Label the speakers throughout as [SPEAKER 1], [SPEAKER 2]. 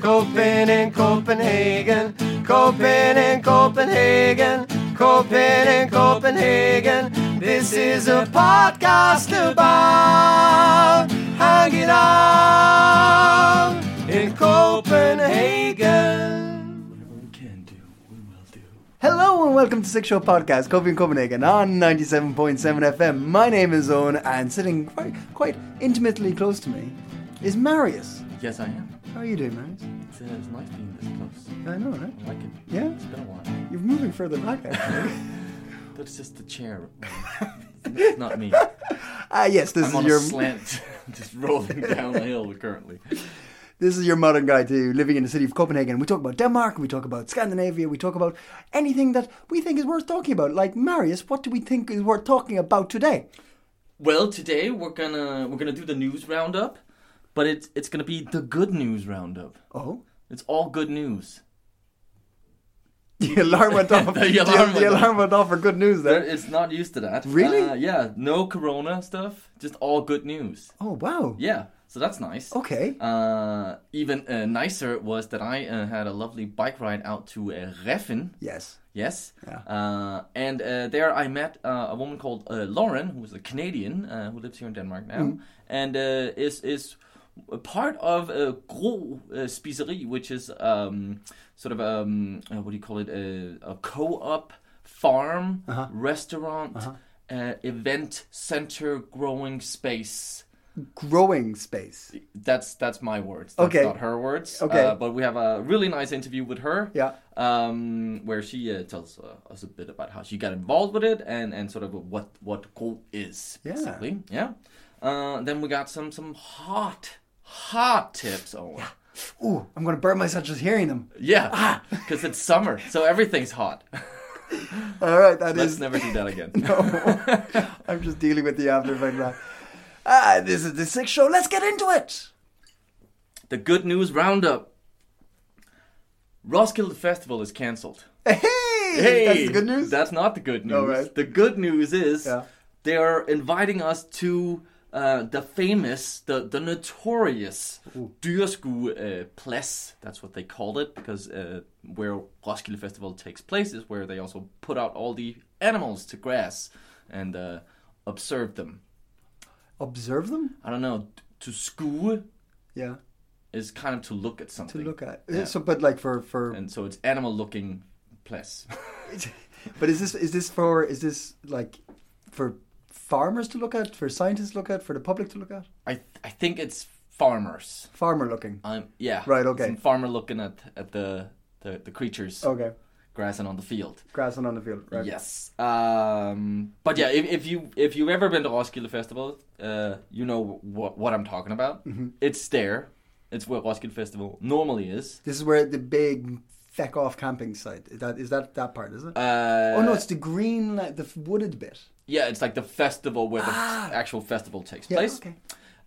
[SPEAKER 1] Copen in Copenhagen, Copen in Copenhagen, Copen in Copenhagen. This is a podcast about hanging out in Copenhagen.
[SPEAKER 2] Hello and welcome to Six Show Podcast, Coffee in Copenhagen on 97.7 FM. My name is Owen, and sitting quite, quite intimately close to me is Marius.
[SPEAKER 3] Yes, I am.
[SPEAKER 2] How are you doing, Marius?
[SPEAKER 3] It's, uh, it's nice being this close.
[SPEAKER 2] I know, right?
[SPEAKER 3] I like it.
[SPEAKER 2] Yeah?
[SPEAKER 3] It's been a while.
[SPEAKER 2] You're moving further back, actually.
[SPEAKER 3] That's just the chair. it's not me.
[SPEAKER 2] Ah, yes, this
[SPEAKER 3] I'm
[SPEAKER 2] is
[SPEAKER 3] on
[SPEAKER 2] your
[SPEAKER 3] a slant, just rolling down a hill currently.
[SPEAKER 2] this is your modern guide to living in the city of Copenhagen. We talk about Denmark, we talk about Scandinavia, we talk about anything that we think is worth talking about. Like Marius, what do we think is worth talking about today?
[SPEAKER 3] Well, today we're gonna we're gonna do the news roundup, but it's it's gonna be the good news roundup.
[SPEAKER 2] Oh,
[SPEAKER 3] It's all good news.
[SPEAKER 2] the alarm went off.
[SPEAKER 3] The alarm
[SPEAKER 2] the
[SPEAKER 3] went off.
[SPEAKER 2] alarm went off for good news there.
[SPEAKER 3] There- It's not used to that.
[SPEAKER 2] Really?
[SPEAKER 3] Uh, yeah. No corona stuff. Just all good news.
[SPEAKER 2] Oh wow.
[SPEAKER 3] Yeah. So that's nice.
[SPEAKER 2] Okay.
[SPEAKER 3] Uh, even uh, nicer was that I uh, had a lovely bike ride out to uh, Reffen.
[SPEAKER 2] Yes.
[SPEAKER 3] Yes.
[SPEAKER 2] Yeah.
[SPEAKER 3] Uh, and uh, there I met uh, a woman called uh, Lauren, who is a Canadian uh, who lives here in Denmark now, and uh, is is a part of uh, Gro uh, Spiserie, which is um, sort of um, uh, what do you call it? Uh, A, a co-op farm restaurant uh event center growing space.
[SPEAKER 2] Growing space.
[SPEAKER 3] That's that's my words. That's
[SPEAKER 2] Okay.
[SPEAKER 3] not her words.
[SPEAKER 2] Okay.
[SPEAKER 3] Uh, but we have a really nice interview with her.
[SPEAKER 2] Yeah.
[SPEAKER 3] Um, where she uh, tells uh, us a bit about how she got involved with it and and sort of what what Go is
[SPEAKER 2] Yeah.
[SPEAKER 3] basically. Yeah. Uh, then we got some some hot hot tips. Oh.
[SPEAKER 2] Ooh, I'm gonna burn myself just hearing them.
[SPEAKER 3] Yeah.
[SPEAKER 2] Ah.
[SPEAKER 3] Because it's summer, so everything's hot.
[SPEAKER 2] All right, that
[SPEAKER 3] Let's
[SPEAKER 2] is-
[SPEAKER 3] never do that again.
[SPEAKER 2] I'm just dealing with the after effect now. Ah, this is the sixth show. Let's get into it.
[SPEAKER 3] The good news roundup. Roskilde Festival is cancelled.
[SPEAKER 2] Hey,
[SPEAKER 3] Hey,
[SPEAKER 2] that's the good news.
[SPEAKER 3] That's not the good news.
[SPEAKER 2] All right.
[SPEAKER 3] The good news is
[SPEAKER 2] Yeah.
[SPEAKER 3] they are inviting us to uh, the famous, the the notorious Dyrsku uh, Plads. That's what they call it because uh, where Roskilde Festival takes place is where they also put out all the animals to grass and uh, observe them.
[SPEAKER 2] Observe them.
[SPEAKER 3] I don't know. To skue
[SPEAKER 2] Yeah,
[SPEAKER 3] is kind of to look at
[SPEAKER 2] to
[SPEAKER 3] something.
[SPEAKER 2] look at. So, but like for for.
[SPEAKER 3] And so it's animal looking place.
[SPEAKER 2] but is this is this for is this like for farmers to look at, for scientists to look at, for the public to look at?
[SPEAKER 3] I I think it's farmers.
[SPEAKER 2] Farmer looking.
[SPEAKER 3] I'm yeah.
[SPEAKER 2] Right, okay.
[SPEAKER 3] Some farmer looking at at the the, the creatures
[SPEAKER 2] Okay,
[SPEAKER 3] grassing on the field.
[SPEAKER 2] grassing on the field. Right.
[SPEAKER 3] Yes. Um. But yeah, if, if you if you've ever been to Roskilde Festival, uh, you know what what I'm talking about.
[SPEAKER 2] Mm-hmm.
[SPEAKER 3] It's there. It's where Roskilde Festival normally is.
[SPEAKER 2] This is where the big feck off camping site. Is that is that that part? Is it?
[SPEAKER 3] Uh,
[SPEAKER 2] oh no, it's the green, like the wooded bit.
[SPEAKER 3] yeah, it's like the festival where the actual festival takes
[SPEAKER 2] Ah. Yeah.
[SPEAKER 3] place.
[SPEAKER 2] Okay.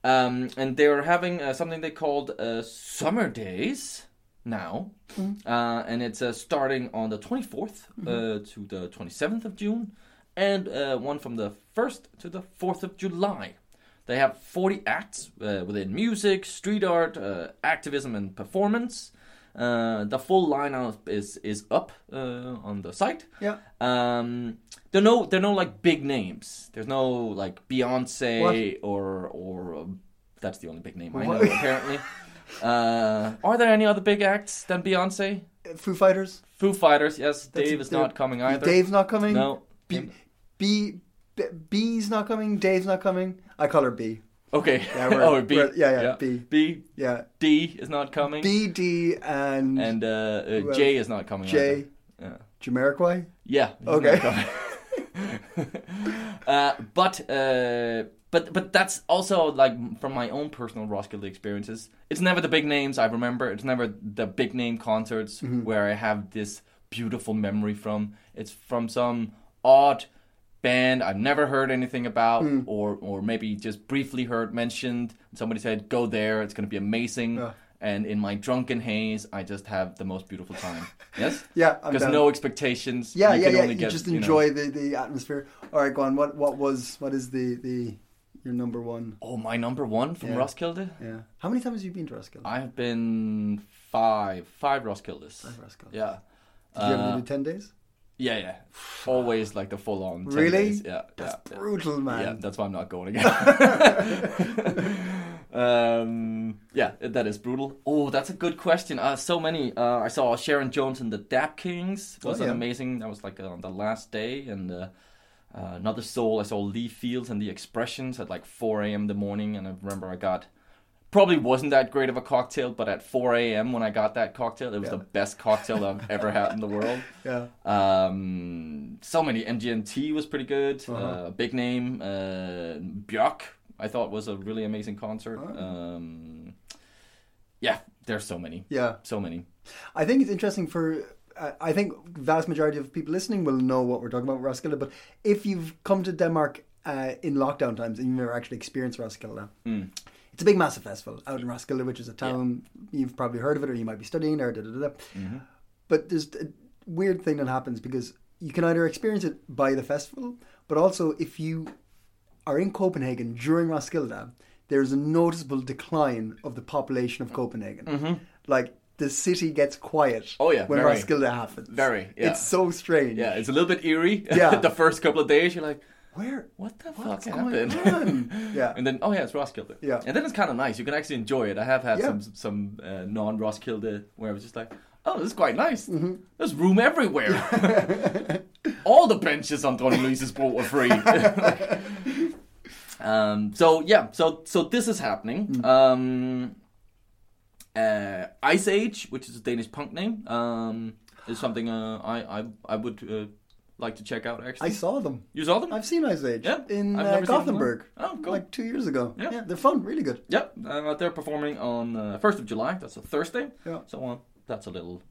[SPEAKER 3] Um, and they are having uh, something they called uh, Summer Days now, uh, and it's uh, starting on the 24th uh, to the 27th of June, and uh, one from the 1st to the 4th of July. They have 40 acts uh, within music, street art, uh, activism, and performance. Uh, the full lineup is is up uh, on the site.
[SPEAKER 2] Yeah.
[SPEAKER 3] Um, there are no there are no like big names. There's no like Beyonce or or um, that's the only big name I know
[SPEAKER 2] What?
[SPEAKER 3] apparently. Uh, are there any other big acts than Beyonce?
[SPEAKER 2] Foo Fighters.
[SPEAKER 3] Foo Fighters, yes.
[SPEAKER 2] That's
[SPEAKER 3] Dave
[SPEAKER 2] it.
[SPEAKER 3] is not coming either.
[SPEAKER 2] Dave's not coming.
[SPEAKER 3] no.
[SPEAKER 2] B, B, B, B's not coming. Dave's not coming. I call her B.
[SPEAKER 3] Okay.
[SPEAKER 2] Yeah, we're-
[SPEAKER 3] oh, B.
[SPEAKER 2] we're- yeah, yeah, B.
[SPEAKER 3] B.
[SPEAKER 2] Yeah.
[SPEAKER 3] D is not coming.
[SPEAKER 2] B, D, and,
[SPEAKER 3] And uh, uh,
[SPEAKER 2] else?
[SPEAKER 3] J is not coming.
[SPEAKER 2] J.
[SPEAKER 3] either. Yeah.
[SPEAKER 2] Jamiroquai.
[SPEAKER 3] Yeah. he's not
[SPEAKER 2] Okay.
[SPEAKER 3] coming. uh, but uh, but but that's also like from my own personal Roskilde experiences. It's never the big names I remember. It's never the big name concerts
[SPEAKER 2] Mm-hmm.
[SPEAKER 3] where I have this beautiful memory from. It's from some odd band I've never heard anything about,
[SPEAKER 2] Mm.
[SPEAKER 3] or or maybe just briefly heard mentioned. Somebody said, "Go there. It's going to be amazing." And in my drunken haze, I just have the most beautiful time. Yes.
[SPEAKER 2] Yeah, I'm
[SPEAKER 3] Because
[SPEAKER 2] down.
[SPEAKER 3] no expectations.
[SPEAKER 2] Yeah, yeah,
[SPEAKER 3] You can
[SPEAKER 2] yeah.
[SPEAKER 3] only
[SPEAKER 2] you
[SPEAKER 3] get,
[SPEAKER 2] just
[SPEAKER 3] you know-
[SPEAKER 2] enjoy the, the atmosphere. All right, go on. What what was what is the the your number one?
[SPEAKER 3] Oh, my number one from
[SPEAKER 2] Yeah.
[SPEAKER 3] Roskilde.
[SPEAKER 2] Yeah. How many times have you been to Roskilde?
[SPEAKER 3] I have been five, five Roskildes. Five
[SPEAKER 2] Roskildes.
[SPEAKER 3] Yeah.
[SPEAKER 2] Did you
[SPEAKER 3] Uh,
[SPEAKER 2] ever do ten days?
[SPEAKER 3] yeah, yeah. Always like the full on.
[SPEAKER 2] Really?
[SPEAKER 3] Yeah.
[SPEAKER 2] That's
[SPEAKER 3] yeah, yeah.
[SPEAKER 2] brutal, man.
[SPEAKER 3] Yeah, that's why I'm not going again. um, yeah, that is brutal. Oh, that's a good question. Uh, so many. Uh, I saw Sharon Jones and the Dap Kings. Was
[SPEAKER 2] Oh,
[SPEAKER 3] an
[SPEAKER 2] yeah.
[SPEAKER 3] amazing. That was like uh, on the last day, and uh, uh, another soul. I saw Lee Fields and the Expressions at like 4 a.m. the morning, and I remember I got. Probably wasn't that great of a cocktail, but at 4 a.m. when I got that cocktail, it was the best cocktail I've ever had in the world.
[SPEAKER 2] Yeah.
[SPEAKER 3] Um, so many. MGMT was pretty good.
[SPEAKER 2] Uh-huh.
[SPEAKER 3] uh big name. Uh, Björk, I thought was a really amazing concert. Um, yeah, there's so many.
[SPEAKER 2] Yeah.
[SPEAKER 3] So many.
[SPEAKER 2] I think it's interesting for. I- I think vast majority of people listening will know what we're talking about with Roskilde. But if you've come to Denmark uh, in lockdown times and you've never actually experienced Roskilde, it's a big massive festival out in Roskilde, which is a town you've probably heard of it or you might be studying there. Da, da, da, da.
[SPEAKER 3] Mm-hmm.
[SPEAKER 2] But there's a weird thing that happens because you can either experience it by the festival, but also if you are in Copenhagen during Roskilde, there's a noticeable decline of the population of Copenhagen. Like the city gets quiet.
[SPEAKER 3] Mm-hmm. Oh, yeah,
[SPEAKER 2] when
[SPEAKER 3] very.
[SPEAKER 2] Roskilde happens.
[SPEAKER 3] Very, yeah.
[SPEAKER 2] It's so strange.
[SPEAKER 3] Yeah, it's a little bit eerie.
[SPEAKER 2] Yeah.
[SPEAKER 3] the first couple of days, you're like,
[SPEAKER 2] Where?
[SPEAKER 3] what the
[SPEAKER 2] What's
[SPEAKER 3] fuck
[SPEAKER 2] going
[SPEAKER 3] happened?
[SPEAKER 2] on? yeah.
[SPEAKER 3] And then, oh yeah, it's Roskilde.
[SPEAKER 2] Yeah.
[SPEAKER 3] And then it's kind of nice. You can actually enjoy it. I have had
[SPEAKER 2] Yeah.
[SPEAKER 3] some some uh, non Roskilde where I was just like, oh, this is quite nice.
[SPEAKER 2] Mm-hmm.
[SPEAKER 3] There's room everywhere. All the benches on Don Luis's boat were free. um, so yeah, so so this is happening.
[SPEAKER 2] Mm-hmm.
[SPEAKER 3] Um, uh, Ice Age, which is a Danish punk name, um, is something uh, I I I would uh, like to check out. Actually,
[SPEAKER 2] I saw them.
[SPEAKER 3] you saw them.
[SPEAKER 2] I've seen Ice Age
[SPEAKER 3] Yeah,
[SPEAKER 2] in
[SPEAKER 3] I've
[SPEAKER 2] uh,
[SPEAKER 3] never seen them
[SPEAKER 2] Gothenburg.
[SPEAKER 3] live. Oh, cool.
[SPEAKER 2] Like two years ago.
[SPEAKER 3] Yeah.
[SPEAKER 2] they're fun. Really good.
[SPEAKER 3] Yep, uh, they're performing on uh, 1st of July. That's a Thursday.
[SPEAKER 2] Yeah.
[SPEAKER 3] So uh, that's a little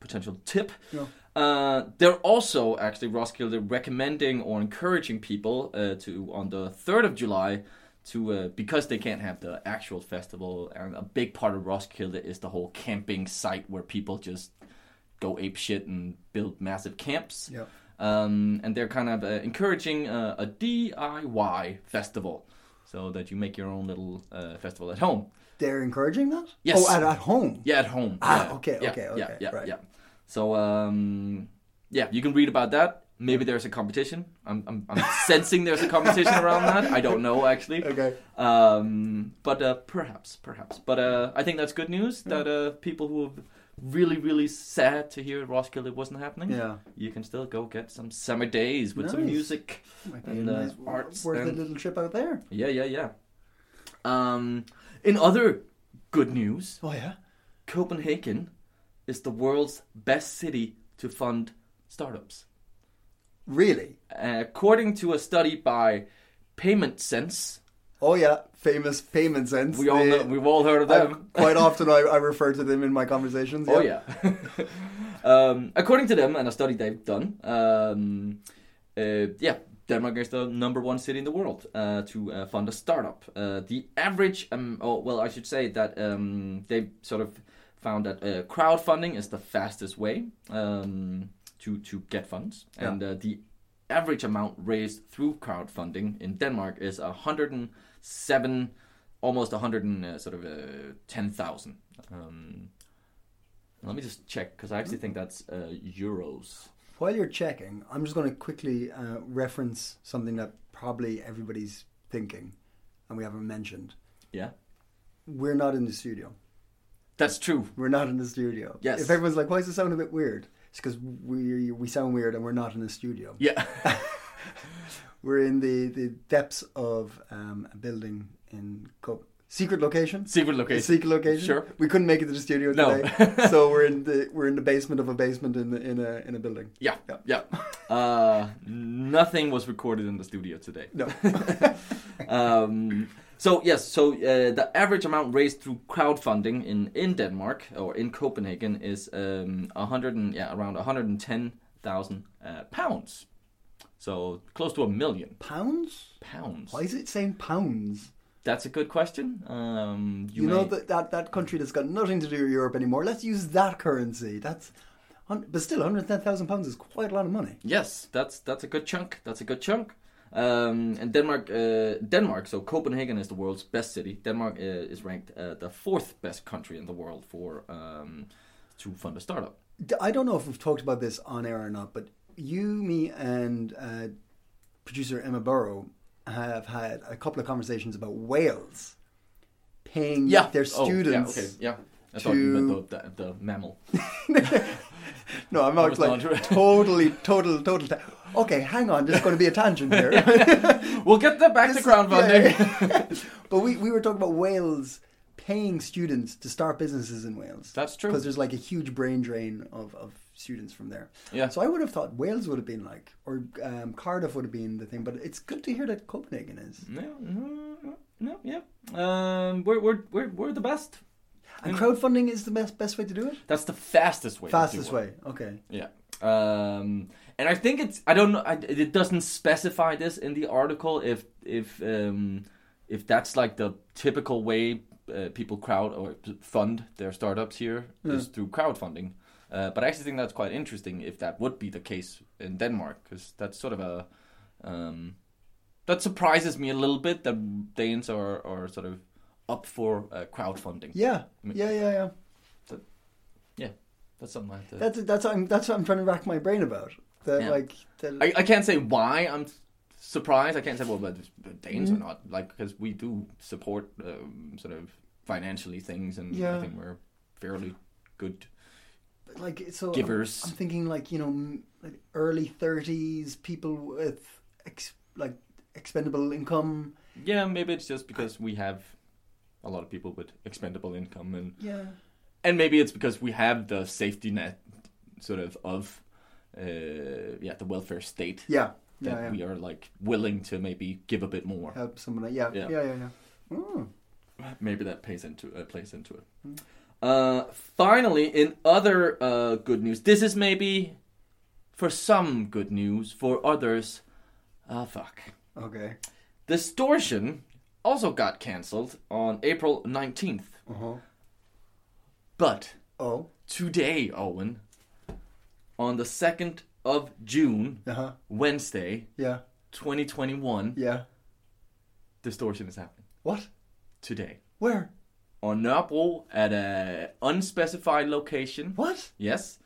[SPEAKER 3] potential tip.
[SPEAKER 2] Yeah.
[SPEAKER 3] Uh, they're also actually Roskilde recommending or encouraging people uh, to on the 3rd of July to uh, because they can't have the actual festival and a big part of Roskilde is the whole camping site where people just go ape shit and build massive camps.
[SPEAKER 2] Yeah.
[SPEAKER 3] Um, and they're kind of uh, encouraging uh, a DIY festival so that you make your own little uh, festival at home.
[SPEAKER 2] They're encouraging that.
[SPEAKER 3] Yes.
[SPEAKER 2] Oh, at, at home.
[SPEAKER 3] Yeah, at home.
[SPEAKER 2] Ah,
[SPEAKER 3] yeah.
[SPEAKER 2] okay,
[SPEAKER 3] yeah,
[SPEAKER 2] okay,
[SPEAKER 3] yeah,
[SPEAKER 2] okay,
[SPEAKER 3] Yeah,
[SPEAKER 2] right.
[SPEAKER 3] yeah. So, um, yeah, you can read about that. Maybe there's a competition. I'm, I'm, I'm sensing there's a competition around that. I don't know actually.
[SPEAKER 2] Okay.
[SPEAKER 3] Um, but uh, perhaps, perhaps. But uh, I think that's good news
[SPEAKER 2] Hmm.
[SPEAKER 3] that uh, people who are really, really sad to hear Roskilde wasn't happening.
[SPEAKER 2] Yeah.
[SPEAKER 3] You can still go get some summer days with some
[SPEAKER 2] Nice.
[SPEAKER 3] music
[SPEAKER 2] Might be
[SPEAKER 3] and
[SPEAKER 2] a
[SPEAKER 3] uh,
[SPEAKER 2] Oh nice,
[SPEAKER 3] arts
[SPEAKER 2] worth a
[SPEAKER 3] and
[SPEAKER 2] little trip out there.
[SPEAKER 3] yeah, yeah, yeah. Um, in other good news,
[SPEAKER 2] Oh yeah.
[SPEAKER 3] Copenhagen is the world's best city to fund startups.
[SPEAKER 2] Really.
[SPEAKER 3] Uh, according to a study by Payment Sense,
[SPEAKER 2] Oh yeah. Famous payment sense.
[SPEAKER 3] we all
[SPEAKER 2] They-
[SPEAKER 3] know, we've all heard of
[SPEAKER 2] I-
[SPEAKER 3] them.
[SPEAKER 2] quite often I, I refer to them in my conversations.
[SPEAKER 3] Oh yeah. um, according to them and a study they've done, um, uh, yeah, Denmark is the number one city in the world uh, to uh, fund a startup. Uh, the average, um, oh well, I should say that um, they sort of found that uh, crowdfunding is the fastest way um, to to get funds, and uh, the average amount raised through crowdfunding in Denmark is 107, almost 100 and uh, sort of uh, 10,000. Um, let me just check because I actually think that's uh, euros.
[SPEAKER 2] While you're checking, I'm just going to quickly uh, reference something that probably everybody's thinking, and we haven't mentioned.
[SPEAKER 3] Yeah,
[SPEAKER 2] We're not in the studio.
[SPEAKER 3] that's true.
[SPEAKER 2] We're not in the studio.
[SPEAKER 3] Yes.
[SPEAKER 2] If everyone's like, "Why does it sound a bit weird?" It's because we we sound weird and we're not in the studio.
[SPEAKER 3] Yeah,
[SPEAKER 2] We're in the the depths of um, a building in Co- secret location.
[SPEAKER 3] Secret
[SPEAKER 2] A
[SPEAKER 3] location.
[SPEAKER 2] secret location.
[SPEAKER 3] Sure.
[SPEAKER 2] We couldn't make it to the studio
[SPEAKER 3] No.
[SPEAKER 2] today, so we're in the we're in the basement of a basement in the, in a in a building.
[SPEAKER 3] Yeah, yeah. Uh, nothing was recorded in the studio today.
[SPEAKER 2] No.
[SPEAKER 3] um, so yes, so uh, the average amount raised through crowdfunding in in Denmark or in Copenhagen is um, a hundred and yeah around one hundred and ten thousand uh, pounds. So close to a million
[SPEAKER 2] Pounds?
[SPEAKER 3] pounds.
[SPEAKER 2] Why is it saying pounds?
[SPEAKER 3] That's a good question. Um, you
[SPEAKER 2] You know
[SPEAKER 3] may-
[SPEAKER 2] that, that that country that's got nothing to do with Europe anymore. Let's use that currency. That's, hun- but still, hundred ten thousand pounds is quite a lot of money.
[SPEAKER 3] Yes, that's that's a good chunk. That's a good chunk. Um, and Denmark, uh, Denmark. So Copenhagen is the world's best city. Denmark uh, is ranked uh, the fourth best country in the world for um, to fund a startup.
[SPEAKER 2] D- I don't know if we've talked about this on air or not, but you, me, and uh, producer Emma Burrow have had a couple of conversations about Wales paying their
[SPEAKER 3] Oh,
[SPEAKER 2] students.
[SPEAKER 3] yeah. Okay. Yeah. I thought you meant
[SPEAKER 2] to-
[SPEAKER 3] the, the, the mammal.
[SPEAKER 2] No, I'm not
[SPEAKER 3] was
[SPEAKER 2] like
[SPEAKER 3] not-
[SPEAKER 2] totally, total, total. Ta- okay, hang on. There's going to be a tangent here.
[SPEAKER 3] We'll get that back to crowdfunding.
[SPEAKER 2] but we, we were talking about Wales paying students to start businesses in Wales.
[SPEAKER 3] That's true.
[SPEAKER 2] Because there's like a huge brain drain of, of students from there.
[SPEAKER 3] Yeah.
[SPEAKER 2] So I would have thought Wales would have been like, or um, Cardiff would have been the thing, but it's good to hear that Copenhagen is.
[SPEAKER 3] No, no, no, no, yeah. Um, we're, we're, we're, we're the best. Mm.
[SPEAKER 2] And crowdfunding is the best, best way to do it?
[SPEAKER 3] That's the fastest way. to do
[SPEAKER 2] Fastest
[SPEAKER 3] it.
[SPEAKER 2] way. Okay.
[SPEAKER 3] Yeah. Um, and I think it's I don't know I, it doesn't specify this in the article if if um, if that's like the typical way uh, people crowd or fund their startups here is through crowdfunding. Uh, but I actually think that's quite interesting if that would be the case in Denmark because that's sort of a um, that surprises me a little bit that Danes are, are sort of up for uh, crowdfunding.
[SPEAKER 2] Yeah.
[SPEAKER 3] Mm.
[SPEAKER 2] Yeah, yeah, yeah.
[SPEAKER 3] Yeah, that's something I have to.
[SPEAKER 2] That's, that's, what I'm, that's what I'm trying to rack my brain about. That,
[SPEAKER 3] Yeah.
[SPEAKER 2] like, that,
[SPEAKER 3] I, I can't say why I'm surprised. I can't say well, but the Danes
[SPEAKER 2] Mm-hmm.
[SPEAKER 3] are not like because we do support um, sort of financially things, and
[SPEAKER 2] Yeah.
[SPEAKER 3] I think we're fairly good.
[SPEAKER 2] like so I'm-
[SPEAKER 3] Givers.
[SPEAKER 2] I'm, thinking like you know m- like early 30s people with ex, like expendable income
[SPEAKER 3] Yeah, maybe it's just because we have a lot of people with expendable income, and
[SPEAKER 2] yeah
[SPEAKER 3] and maybe it's because we have the safety net sort of of uh, yeah the welfare state
[SPEAKER 2] yeah
[SPEAKER 3] that
[SPEAKER 2] yeah,
[SPEAKER 3] we
[SPEAKER 2] yeah.
[SPEAKER 3] are like willing to maybe give a bit more.
[SPEAKER 2] help someone yeah yeah
[SPEAKER 3] Yeah.
[SPEAKER 2] yeah yeah, Mm.
[SPEAKER 3] maybe that plays into uh, plays into it. Uh, finally, in other uh, good news, this is maybe for some good news, for others, ah fuck.
[SPEAKER 2] okay
[SPEAKER 3] Distortion also got cancelled on April nineteenth,
[SPEAKER 2] uh-huh
[SPEAKER 3] but
[SPEAKER 2] oh
[SPEAKER 3] today, Owen, on the second of June,
[SPEAKER 2] uh-huh
[SPEAKER 3] Wednesday,
[SPEAKER 2] yeah
[SPEAKER 3] twenty twenty one,
[SPEAKER 2] yeah
[SPEAKER 3] distortion is happening
[SPEAKER 2] what
[SPEAKER 3] today
[SPEAKER 2] where
[SPEAKER 3] on Nørrebro at a unspecified location.
[SPEAKER 2] what
[SPEAKER 3] Yes,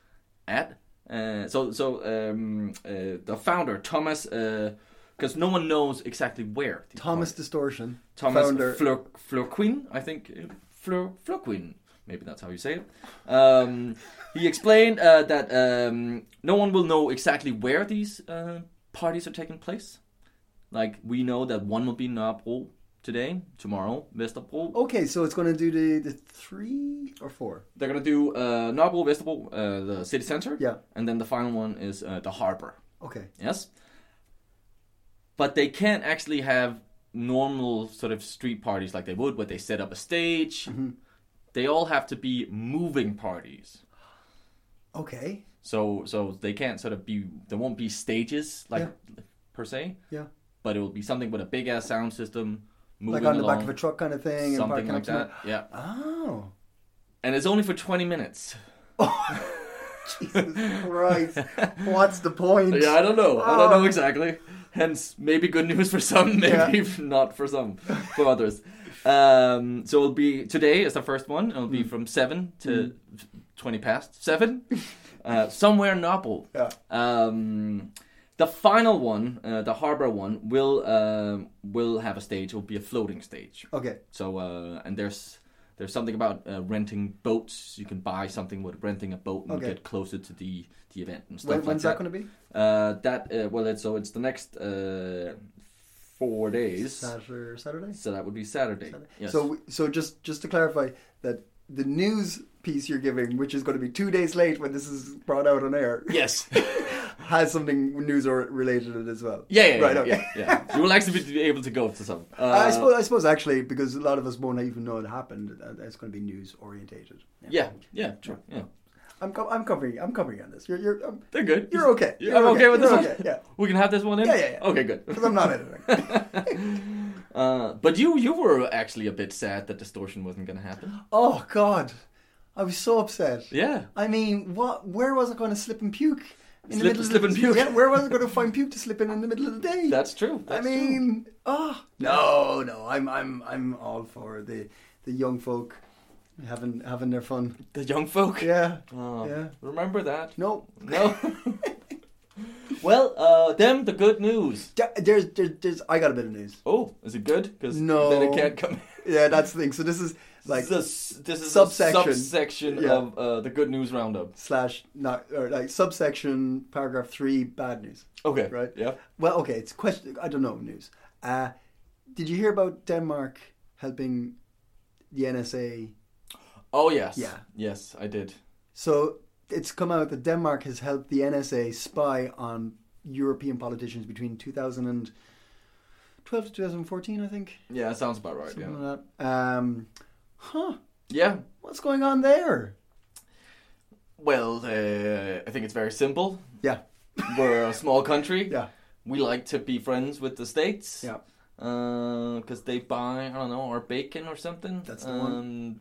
[SPEAKER 3] at uh, so so um, uh, the founder Thomas, because no one knows exactly where the
[SPEAKER 2] Thomas
[SPEAKER 3] founder-
[SPEAKER 2] Distortion
[SPEAKER 3] Thomas
[SPEAKER 2] founder
[SPEAKER 3] Fleur Fleurquin, I think uh, Fleur Fleurquin. Maybe that's how you say it. Um, he explained uh, that um, no one will know exactly where these uh, parties are taking place. Like we know that one will be in Nørrebro today, tomorrow Vesterbro,
[SPEAKER 2] okay so it's going to do the the three or four
[SPEAKER 3] They're gonna do uh, Nørrebro, Vesterbro, uh, the city center.
[SPEAKER 2] Yeah.
[SPEAKER 3] And then the final one is uh, the harbor.
[SPEAKER 2] okay
[SPEAKER 3] Yes. But they can't actually have normal sort of street parties like they would, where they set up a stage.
[SPEAKER 2] Mm-hmm.
[SPEAKER 3] They all have to be moving parties.
[SPEAKER 2] okay
[SPEAKER 3] So so they can't sort of be there won't be stages like per se,
[SPEAKER 2] yeah
[SPEAKER 3] but it will be something with a big ass sound system moving
[SPEAKER 2] like on the
[SPEAKER 3] along,
[SPEAKER 2] back of a truck kind of thing and
[SPEAKER 3] something
[SPEAKER 2] parking
[SPEAKER 3] like
[SPEAKER 2] up somewhere.
[SPEAKER 3] that. Yeah.
[SPEAKER 2] oh
[SPEAKER 3] And it's only for 20 minutes.
[SPEAKER 2] Jesus Christ what's the point
[SPEAKER 3] Yeah, I don't know. I
[SPEAKER 2] Oh.
[SPEAKER 3] don't know exactly. Hence, maybe good news for some, maybe not for some, for others. Um, so it'll be today is the first one. It'll
[SPEAKER 2] Mm.
[SPEAKER 3] be from seven to twenty past seven, uh, somewhere in Naples.
[SPEAKER 2] Yeah.
[SPEAKER 3] Um, the final one, uh, the harbor one, will um will have a stage. It'll be a floating stage.
[SPEAKER 2] okay
[SPEAKER 3] So uh, and there's there's something about uh, renting boats. You can buy something with renting a boat and
[SPEAKER 2] Okay.
[SPEAKER 3] get closer to the the event and stuff
[SPEAKER 2] When,
[SPEAKER 3] like
[SPEAKER 2] when's
[SPEAKER 3] Uh, that.
[SPEAKER 2] that going to be?
[SPEAKER 3] Uh, that uh, well, it's, so it's the next uh, four days.
[SPEAKER 2] Saturday, Saturday.
[SPEAKER 3] So that would be Saturday. Yes.
[SPEAKER 2] So we- so just just to clarify that the news piece you're giving, which is going to be two days late when this is brought out on air,
[SPEAKER 3] yes.
[SPEAKER 2] has something news or related to it as well.
[SPEAKER 3] Yeah, yeah, yeah,
[SPEAKER 2] right.
[SPEAKER 3] yeah,
[SPEAKER 2] okay.
[SPEAKER 3] yeah, yeah. You will actually be able to go to some. Uh,
[SPEAKER 2] I suppose, I suppose actually, because a lot of us won't even know it happened, uh, it's going to be news orientated.
[SPEAKER 3] Yeah, yeah, true. Yeah,
[SPEAKER 2] I'm, com- I'm covering, I'm covering on this. You're, you're, um,
[SPEAKER 3] they're good.
[SPEAKER 2] You're okay.
[SPEAKER 3] You-
[SPEAKER 2] You're
[SPEAKER 3] I'm okay,
[SPEAKER 2] okay.
[SPEAKER 3] with
[SPEAKER 2] You're
[SPEAKER 3] this.
[SPEAKER 2] okay,
[SPEAKER 3] one?
[SPEAKER 2] yeah.
[SPEAKER 3] We can have this one in.
[SPEAKER 2] Yeah, yeah, yeah.
[SPEAKER 3] Okay, good.
[SPEAKER 2] because I'm not editing.
[SPEAKER 3] Uh, but you, you were actually a bit sad that distortion wasn't going to happen.
[SPEAKER 2] oh God, I was so upset.
[SPEAKER 3] Yeah.
[SPEAKER 2] I mean, what? Where was I going to slip and puke? In
[SPEAKER 3] Slip-
[SPEAKER 2] of
[SPEAKER 3] slip
[SPEAKER 2] the-
[SPEAKER 3] and puke.
[SPEAKER 2] Yeah, where was I going to find puke to slip in in the middle of the day?
[SPEAKER 3] That's true.
[SPEAKER 2] I
[SPEAKER 3] That's true.
[SPEAKER 2] mean, oh no, no, I'm, I'm, I'm all for the, the young folk having, having their fun.
[SPEAKER 3] the young folk.
[SPEAKER 2] Yeah,
[SPEAKER 3] Uh,
[SPEAKER 2] yeah.
[SPEAKER 3] Remember that?
[SPEAKER 2] No,
[SPEAKER 3] No. well, uh, them the good news.
[SPEAKER 2] Da- there's, there's, there's. I got a bit of news.
[SPEAKER 3] Oh, is it good? Because
[SPEAKER 2] No.
[SPEAKER 3] then it can't come.
[SPEAKER 2] Yeah, that's the thing. So this is like
[SPEAKER 3] this, this is
[SPEAKER 2] subsection.
[SPEAKER 3] a subsection
[SPEAKER 2] Yeah.
[SPEAKER 3] of uh, the good news roundup.
[SPEAKER 2] slash not or like subsection paragraph three bad news.
[SPEAKER 3] Okay.
[SPEAKER 2] Right.
[SPEAKER 3] Yeah.
[SPEAKER 2] Well, okay. It's question. I don't know news. Uh, did you hear about Denmark helping the NSA?
[SPEAKER 3] Oh yes.
[SPEAKER 2] Yeah.
[SPEAKER 3] Yes, I did.
[SPEAKER 2] So it's come out that Denmark has helped the NSA spy on European politicians between 2012 to 2014, I think.
[SPEAKER 3] Yeah, that sounds about right.
[SPEAKER 2] Something
[SPEAKER 3] yeah.
[SPEAKER 2] like that. Um, huh.
[SPEAKER 3] Yeah.
[SPEAKER 2] What's going on there?
[SPEAKER 3] Well, uh, I think it's very simple.
[SPEAKER 2] Yeah.
[SPEAKER 3] We're a small country.
[SPEAKER 2] Yeah.
[SPEAKER 3] We like to be friends with the states.
[SPEAKER 2] Yeah.
[SPEAKER 3] Because they buy, I don't know, our bacon or something.
[SPEAKER 2] That's the one.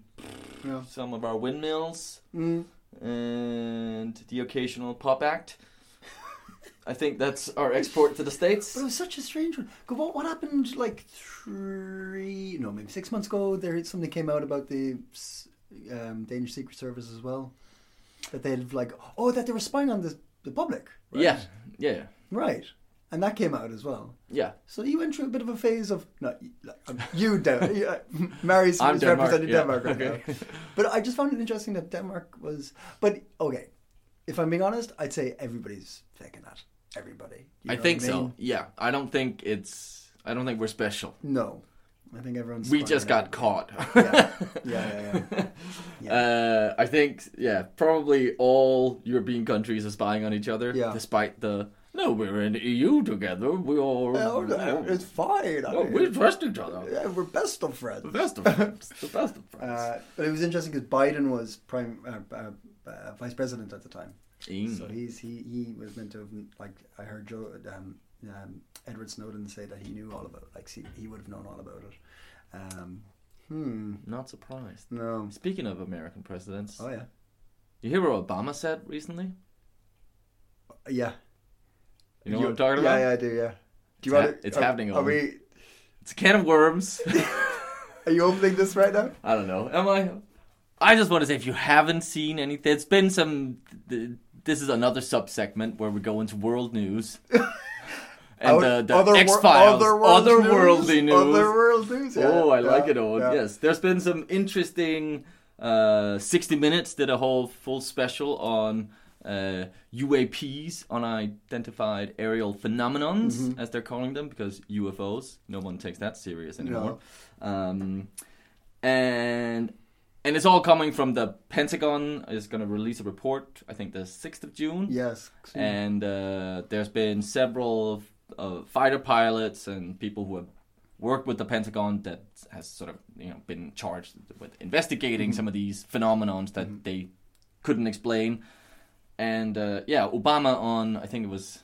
[SPEAKER 2] Yeah.
[SPEAKER 3] Some of our windmills
[SPEAKER 2] Mm.
[SPEAKER 3] and the occasional pop act. I think that's our export to the states.
[SPEAKER 2] But it was such a strange one. 'Cause What, what happened like three, no, maybe six months ago? There something came out about the s- um, Danish Secret Service as well, that they'd like, oh, that they were spying on the the public, right?
[SPEAKER 3] Yeah, yeah,
[SPEAKER 2] right, and that came out as well.
[SPEAKER 3] yeah.
[SPEAKER 2] So you went through a bit of a phase of no, you- like, um, you don't. you, uh, Mary's
[SPEAKER 3] I'm
[SPEAKER 2] is
[SPEAKER 3] Denmark,
[SPEAKER 2] representing
[SPEAKER 3] yeah,
[SPEAKER 2] Denmark right
[SPEAKER 3] okay.
[SPEAKER 2] now. But I just found it interesting that Denmark was. But okay, if I'm being honest, I'd say everybody's faking that. Everybody. You
[SPEAKER 3] I
[SPEAKER 2] know
[SPEAKER 3] think
[SPEAKER 2] what
[SPEAKER 3] so.
[SPEAKER 2] mean?
[SPEAKER 3] Yeah, I don't think it's. I don't think we're special.
[SPEAKER 2] No, I think everyone's.
[SPEAKER 3] We
[SPEAKER 2] fine
[SPEAKER 3] just
[SPEAKER 2] now.
[SPEAKER 3] got caught.
[SPEAKER 2] Yeah, yeah, yeah. yeah.
[SPEAKER 3] Uh, I think, yeah, probably all European countries are spying on each other,
[SPEAKER 2] Yeah.
[SPEAKER 3] despite the no, we're in the EU together. We all
[SPEAKER 2] Oh, no, it's fine. I
[SPEAKER 3] Oh,
[SPEAKER 2] mean,
[SPEAKER 3] we trust each other.
[SPEAKER 2] yeah, we're best of friends.
[SPEAKER 3] The best of friends. The best of friends.
[SPEAKER 2] Uh, but it was interesting because Biden was prime uh, uh, uh, vice president at the time,
[SPEAKER 3] Mm.
[SPEAKER 2] so he's he he was meant to have like I heard Joe um, um, Edward Snowden say that he knew all about it. like he, he would have known all about it. Um, hmm.
[SPEAKER 3] Not surprised.
[SPEAKER 2] No.
[SPEAKER 3] Speaking of American presidents,
[SPEAKER 2] Oh yeah.
[SPEAKER 3] you hear what Obama said recently?
[SPEAKER 2] Yeah.
[SPEAKER 3] You know what I'm talking
[SPEAKER 2] yeah,
[SPEAKER 3] about?
[SPEAKER 2] Yeah, I do. Yeah. Do
[SPEAKER 3] It's hap-
[SPEAKER 2] wanna-
[SPEAKER 3] it's
[SPEAKER 2] are-
[SPEAKER 3] happening,
[SPEAKER 2] Are
[SPEAKER 3] Owen.
[SPEAKER 2] we?
[SPEAKER 3] It's a can of worms.
[SPEAKER 2] Are you opening this right now?
[SPEAKER 3] I don't know. Am I? I just want to say, if you haven't seen anything, it's been some. th- This is another sub segment where we go into world news. And the, the
[SPEAKER 2] wor-
[SPEAKER 3] X Files,
[SPEAKER 2] otherworld
[SPEAKER 3] otherworldly news.
[SPEAKER 2] Otherworld news. Yeah,
[SPEAKER 3] oh, I
[SPEAKER 2] yeah,
[SPEAKER 3] like it, Owen.
[SPEAKER 2] yeah.
[SPEAKER 3] Yes, there's been some interesting. Uh, 60 Minutes did a whole full special on uh, UAPs, unidentified aerial phenomenons,
[SPEAKER 2] Mm-hmm.
[SPEAKER 3] as they're calling them, because UFOs, no one takes that serious anymore. Um, and and it's all coming from the Pentagon is going to release a report. I think the 6th of June
[SPEAKER 2] Yes.
[SPEAKER 3] and uh, there's been several uh, fighter pilots and people who have worked with the Pentagon that has sort of you know been charged with investigating some of these phenomenons that they couldn't explain. And uh, yeah, Obama on I think it was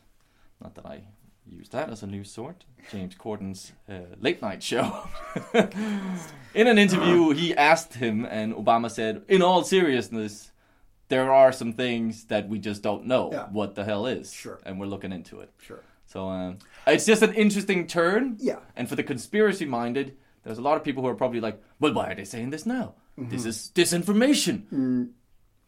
[SPEAKER 3] not that I used that as a news sort James Corden's uh, late night show. in an interview, he asked him, and Obama said, "In all seriousness." There are some things that we just don't know
[SPEAKER 2] Yeah.
[SPEAKER 3] what the hell is,
[SPEAKER 2] Sure.
[SPEAKER 3] and we're looking into it.
[SPEAKER 2] Sure.
[SPEAKER 3] So um, it's just an interesting turn.
[SPEAKER 2] Yeah.
[SPEAKER 3] And for the conspiracy minded, there's a lot of people who are probably like, "Well, why are they saying this now?
[SPEAKER 2] Mm-hmm.
[SPEAKER 3] This is disinformation."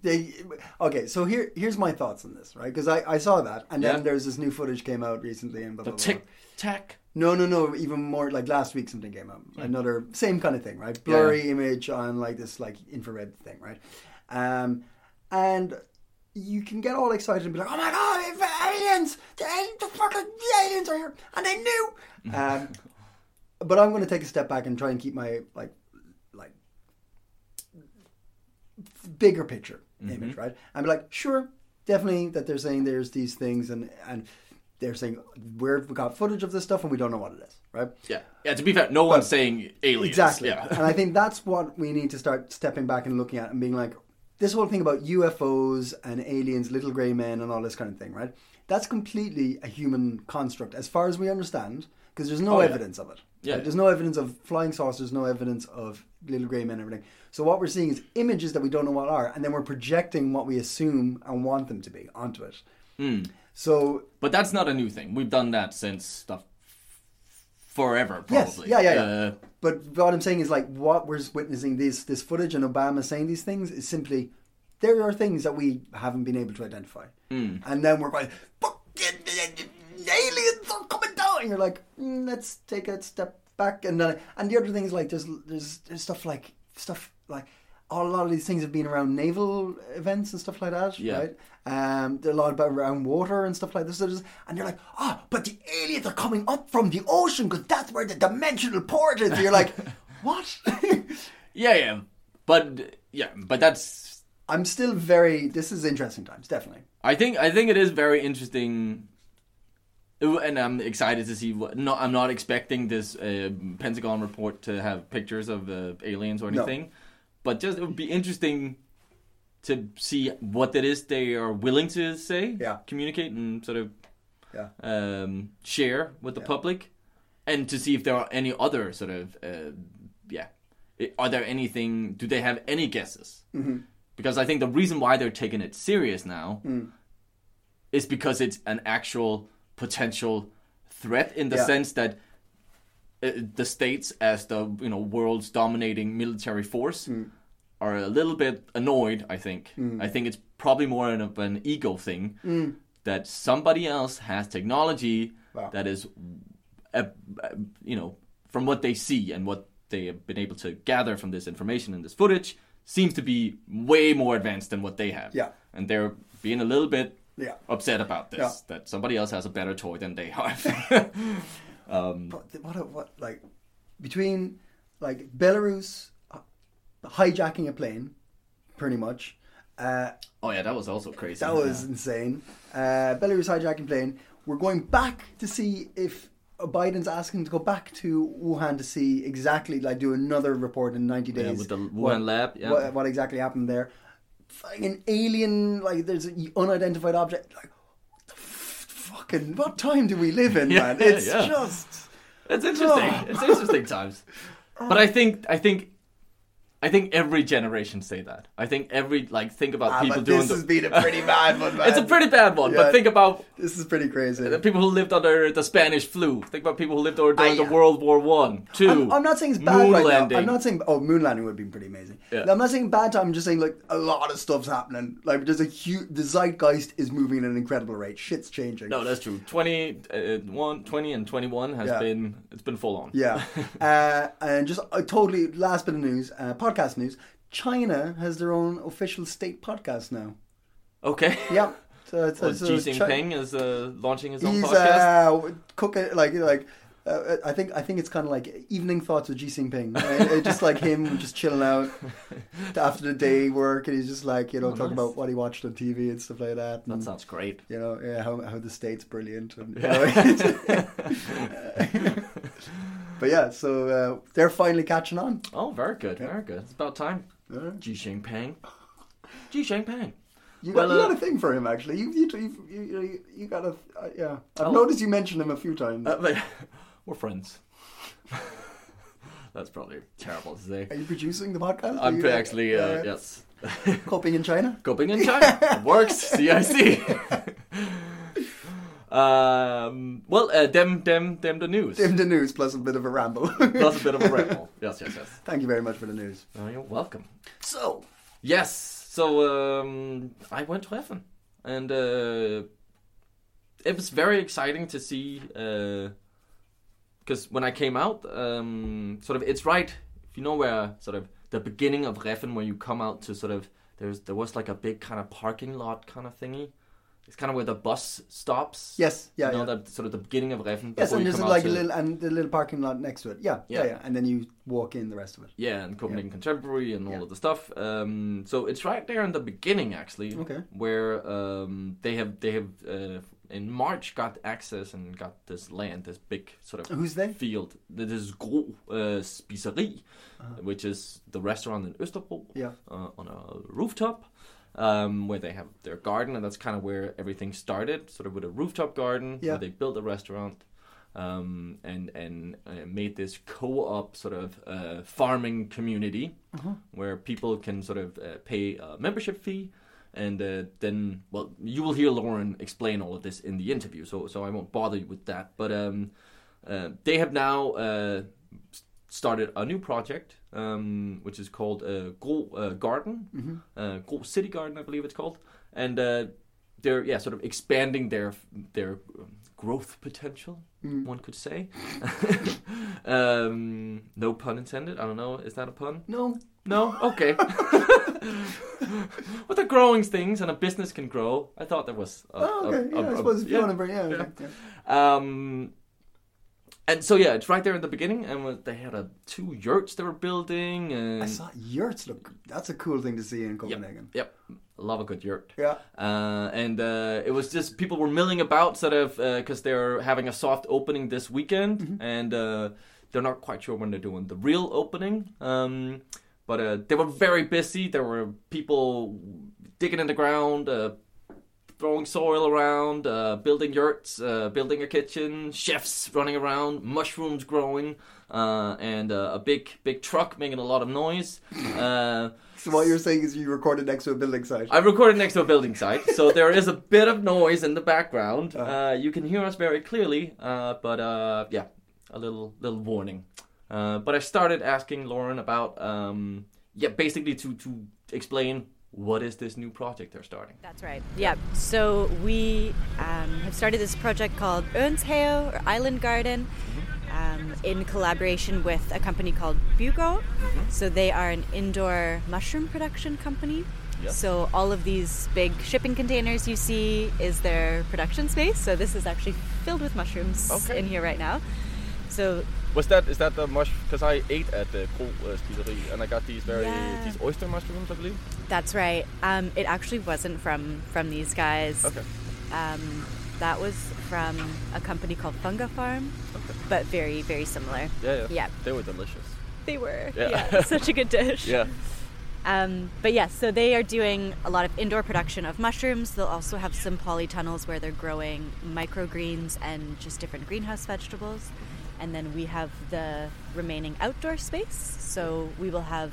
[SPEAKER 2] They, okay, so here here's my thoughts on this, right? Because I, I saw that, and
[SPEAKER 3] Yeah.
[SPEAKER 2] then there's this new footage came out recently, and blah blah blah.
[SPEAKER 3] Tic tac.
[SPEAKER 2] No, no, no. Even more like last week, something came out. Another same kind of thing, right? Blurry image on like this like infrared thing, right? Um, and you can get all excited and be like, "Oh my god, it's the aliens! The, al- the fucking aliens are here!" And they knew. Um, but I'm going to take a step back and try and keep my like like bigger picture image right. I'm like sure, definitely that they're saying there's these things and and they're saying we've got footage of this stuff and we don't know what it is right.
[SPEAKER 3] Yeah. Yeah, to be fair, no one's saying aliens.
[SPEAKER 2] Exactly.
[SPEAKER 3] Yeah.
[SPEAKER 2] and I think that's what we need to start stepping back and looking at and being like, this whole thing about UFOs and aliens, little grey men, and all this kind of thing, right? That's completely a human construct as far as we understand, because there's no
[SPEAKER 3] Oh, yeah.
[SPEAKER 2] evidence of it.
[SPEAKER 3] Yeah,
[SPEAKER 2] Right?
[SPEAKER 3] yeah.
[SPEAKER 2] There's no evidence of flying saucers, no evidence of little grey men, and everything. So what we're seeing is images that we don't know what are, and then we're projecting what we assume and want them to be onto it.
[SPEAKER 3] Hmm.
[SPEAKER 2] So
[SPEAKER 3] But that's not a new thing. We've done that since stuff forever,
[SPEAKER 2] Yes,
[SPEAKER 3] probably.
[SPEAKER 2] yeah, yeah, yeah.
[SPEAKER 3] Uh,
[SPEAKER 2] but what I'm saying is like what we're witnessing this this footage and Obama saying these things is simply there are things that we haven't been able to identify, and then we're going fucking aliens are coming down, and you're like mm, let's take a step back, and then and the other thing is like there's there's there's stuff like stuff like. A lot of these things have been around naval events and stuff like that,
[SPEAKER 3] Yeah.
[SPEAKER 2] right? Um, there are a lot about around water and stuff like this. So there's- and you're like, ah, but the aliens are coming up from the ocean because that's where the dimensional port is. You're like, what?
[SPEAKER 3] yeah, yeah. But yeah, but that's
[SPEAKER 2] I'm still very. This is interesting times, definitely.
[SPEAKER 3] I think I think it is very interesting, Ooh, and I'm excited to see. What, no, I'm not expecting this uh, Pentagon report to have pictures of uh, aliens or
[SPEAKER 2] No.
[SPEAKER 3] anything, but just it would be interesting to see what it is they are willing to say,
[SPEAKER 2] Yeah.
[SPEAKER 3] communicate, and sort of
[SPEAKER 2] Yeah.
[SPEAKER 3] um, share with the public, and to see if there are any other sort of uh, yeah, I- are there anything? Do they have any guesses? Mm-hmm. Because I think the reason why they're taking it serious now is because it's an actual potential threat in the
[SPEAKER 2] Yeah.
[SPEAKER 3] sense that uh, the states, as the you know world's dominating military force,
[SPEAKER 2] Hmm.
[SPEAKER 3] are a little bit annoyed. I think. I think it's probably more of an ego thing that somebody else has technology
[SPEAKER 2] Hmm. Wow.
[SPEAKER 3] that is, uh, uh, you know, from what they see and what they have been able to gather from this information and this footage seems to be way more advanced than what they have.
[SPEAKER 2] Yeah.
[SPEAKER 3] and they're being a little bit
[SPEAKER 2] Yeah.
[SPEAKER 3] upset about this
[SPEAKER 2] Yeah.
[SPEAKER 3] that somebody else has a better toy than they have.
[SPEAKER 2] But th- what? A, what? Like between like Belarus uh, hijacking a plane, pretty much. Uh,
[SPEAKER 3] oh yeah, that was also crazy.
[SPEAKER 2] That was insane. Uh, Belarus hijacking plane. We're going back to see if Biden's asking to go back to Wuhan to see exactly, like, do another report in 90 days.
[SPEAKER 3] with the Wuhan
[SPEAKER 2] what-
[SPEAKER 3] lab, yeah.
[SPEAKER 2] What, what exactly happened there. Fucking alien, like, there's an unidentified object. Like, what the f- fucking, what time do we live in, man?
[SPEAKER 3] Yeah,
[SPEAKER 2] It's
[SPEAKER 3] yeah.
[SPEAKER 2] just.
[SPEAKER 3] It's interesting.
[SPEAKER 2] Oh.
[SPEAKER 3] It's interesting times. But I think I think I think every generation say that. I think every like think about
[SPEAKER 2] Ah,
[SPEAKER 3] people
[SPEAKER 2] but
[SPEAKER 3] doing
[SPEAKER 2] this
[SPEAKER 3] the-
[SPEAKER 2] has been a pretty bad one, man.
[SPEAKER 3] It's a pretty bad one,
[SPEAKER 2] Yeah.
[SPEAKER 3] but think about
[SPEAKER 2] This is pretty crazy.
[SPEAKER 3] the people who lived under the Spanish flu. Think about people who lived under during
[SPEAKER 2] Ah, yeah.
[SPEAKER 3] the World War One, 2
[SPEAKER 2] I'm, I'm not saying it's bad
[SPEAKER 3] moon
[SPEAKER 2] right
[SPEAKER 3] landing.
[SPEAKER 2] now. I'm not saying oh moon landing would have been pretty amazing.
[SPEAKER 3] Yeah.
[SPEAKER 2] No, I'm not saying bad time. I'm just saying like a lot of stuff's happening. Like there's a huge the zeitgeist is moving at an incredible rate. Shit's changing.
[SPEAKER 3] No, that's true. 20, uh, one, 20 and 21 has
[SPEAKER 2] Yeah.
[SPEAKER 3] been it's been full on.
[SPEAKER 2] yeah. uh, and just uh, totally last bit of news, uh, podcast news. China has their own official state podcast now.
[SPEAKER 3] Okay.
[SPEAKER 2] Yeah. So, so,
[SPEAKER 3] Well,
[SPEAKER 2] so
[SPEAKER 3] Oh, Xi
[SPEAKER 2] Chi-
[SPEAKER 3] Jinping is uh, launching his own
[SPEAKER 2] He's
[SPEAKER 3] podcast.
[SPEAKER 2] uh, cooking like like. Uh, I think I think it's kind of like evening thoughts with Xi Jinping, uh, uh, just like him, just chilling out after the day work, and he's just like you know talking
[SPEAKER 3] Oh, nice.
[SPEAKER 2] about what he watched on TV and stuff like that.
[SPEAKER 3] that
[SPEAKER 2] And,
[SPEAKER 3] sounds great.
[SPEAKER 2] you know, yeah, how how the state's brilliant. And, but yeah, so uh, they're finally catching on.
[SPEAKER 3] Oh, very good, very good. It's about time. Ji Jinping. Ji Jinping.
[SPEAKER 2] You got,
[SPEAKER 3] Well,
[SPEAKER 2] you
[SPEAKER 3] uh,
[SPEAKER 2] got a thing for him actually. You you you you, you got a uh, yeah. I've noticed you mentioned him a few times.
[SPEAKER 3] Oh. Uh, but- we're friends. That's probably terrible to say.
[SPEAKER 2] Are you producing the podcast? Are
[SPEAKER 3] I'm
[SPEAKER 2] you, uh,
[SPEAKER 3] actually, uh, yes.
[SPEAKER 2] coping in China.
[SPEAKER 3] Coping in China. It works. See, I see. um, well, uh, them, them, them the news.
[SPEAKER 2] in the news plus a bit of a ramble.
[SPEAKER 3] That's a bit of a ramble. Yes, yes, yes.
[SPEAKER 2] Thank you very much for the news.
[SPEAKER 3] Oh, you're welcome.
[SPEAKER 2] So,
[SPEAKER 3] Yes. So um, I went to Effen, and uh, it was very exciting to see. Because when I came out, um, sort of, it's right. If you know where, sort of, the beginning of Reffen, where you come out to sort of, there's there was like a big kind of parking lot kind of thingy, It's kind of where the bus stops.
[SPEAKER 2] Yes, yeah,
[SPEAKER 3] You know,
[SPEAKER 2] yeah.
[SPEAKER 3] that sort of the beginning of Reffen.
[SPEAKER 2] Yes,
[SPEAKER 3] before
[SPEAKER 2] and
[SPEAKER 3] you
[SPEAKER 2] there's
[SPEAKER 3] come out
[SPEAKER 2] like a
[SPEAKER 3] to-
[SPEAKER 2] little and the little parking lot next to it. Yeah, yeah, yeah.
[SPEAKER 3] Yeah.
[SPEAKER 2] And then you walk in the rest of it.
[SPEAKER 3] Yeah, and Copenhagen Contemporary and all of the stuff. Um, so it's right there in the beginning, actually,
[SPEAKER 2] Okay.
[SPEAKER 3] where um, they have they have uh, in March got access and got this land, this big sort of
[SPEAKER 2] Who's they?
[SPEAKER 3] field. This is Gro uh, Spiserie, which is the restaurant in Österbro
[SPEAKER 2] Uh-huh. Yeah.
[SPEAKER 3] uh, on a rooftop. Um, where they have their garden, and that's kind of where everything started, sort of with a rooftop garden.
[SPEAKER 2] Yeah.
[SPEAKER 3] Where they built a restaurant, um, and and uh, made this co-op sort of uh, farming community where people can sort of uh, pay a membership fee, and uh, then well, you will hear Lauren explain all of this in the interview, so so I won't bother you with that. But um, uh, they have now uh, s- started a new project, um, which is called uh, Gro uh, Garden, uh, Gro City Garden, I believe it's called, and. Uh, they're yeah sort of expanding their their um, growth potential
[SPEAKER 2] Mm.
[SPEAKER 3] one could say um, no pun intended i don't know is that a pun
[SPEAKER 2] No.
[SPEAKER 3] no okay well they're growing things and a business can grow i thought there was a,
[SPEAKER 2] Oh, okay.
[SPEAKER 3] a-
[SPEAKER 2] yeah,
[SPEAKER 3] a-
[SPEAKER 2] I
[SPEAKER 3] a-
[SPEAKER 2] suppose if you
[SPEAKER 3] uh, yeah.
[SPEAKER 2] want to bring, yeah, okay, yeah.
[SPEAKER 3] Um, and so yeah it's right there at the beginning and when they had a two yurts they were building and
[SPEAKER 2] I saw yurts. Look, that's a cool thing to see in Copenhagen.
[SPEAKER 3] yep love a good yurt
[SPEAKER 2] Yeah.
[SPEAKER 3] Uh, and uh, it was just people were milling about sort of because they're having a soft opening this weekend and uh, they're not quite sure when they're doing the real opening um, but uh, they were very busy there were people digging in the ground uh, throwing soil around uh, building yurts uh, building a kitchen chefs running around mushrooms growing uh, and uh, a big big truck making a lot of noise uh,
[SPEAKER 2] So what you're saying is you recorded next to a building site.
[SPEAKER 3] I recorded next to a building site, so there is a bit of noise in the background.
[SPEAKER 2] Uh-huh.
[SPEAKER 3] Uh, you can hear us very clearly, uh, but uh, yeah, a little little warning. Uh, but I started asking Lauren about um, yeah, basically to to explain what is this new project they're starting.
[SPEAKER 4] That's right. Yeah. So we um, have started this project called Ernsheo or Island Garden um, in collaboration with a company called Bugo. So they are an indoor mushroom production company.
[SPEAKER 3] Yep.
[SPEAKER 4] So all of these big shipping containers you see is their production space. So this is actually filled with mushrooms
[SPEAKER 3] Okay.
[SPEAKER 4] in here right now. So
[SPEAKER 3] Was that is that the mush? Because I ate at the Gro uh, Spiserie and I got these very
[SPEAKER 4] Yeah. these
[SPEAKER 3] oyster mushrooms, I believe.
[SPEAKER 4] that's right. Um, it actually wasn't from from these guys. Um, that was from a company called Funga Farm, but very, very similar. Yeah,
[SPEAKER 3] They were delicious.
[SPEAKER 4] they were.
[SPEAKER 3] Yeah.
[SPEAKER 4] Yeah, such a good dish. Um, but yes, so they are doing a lot of indoor production of mushrooms. They'll also have some polytunnels where they're growing microgreens and just different greenhouse vegetables. And then we have the remaining outdoor space. So we will have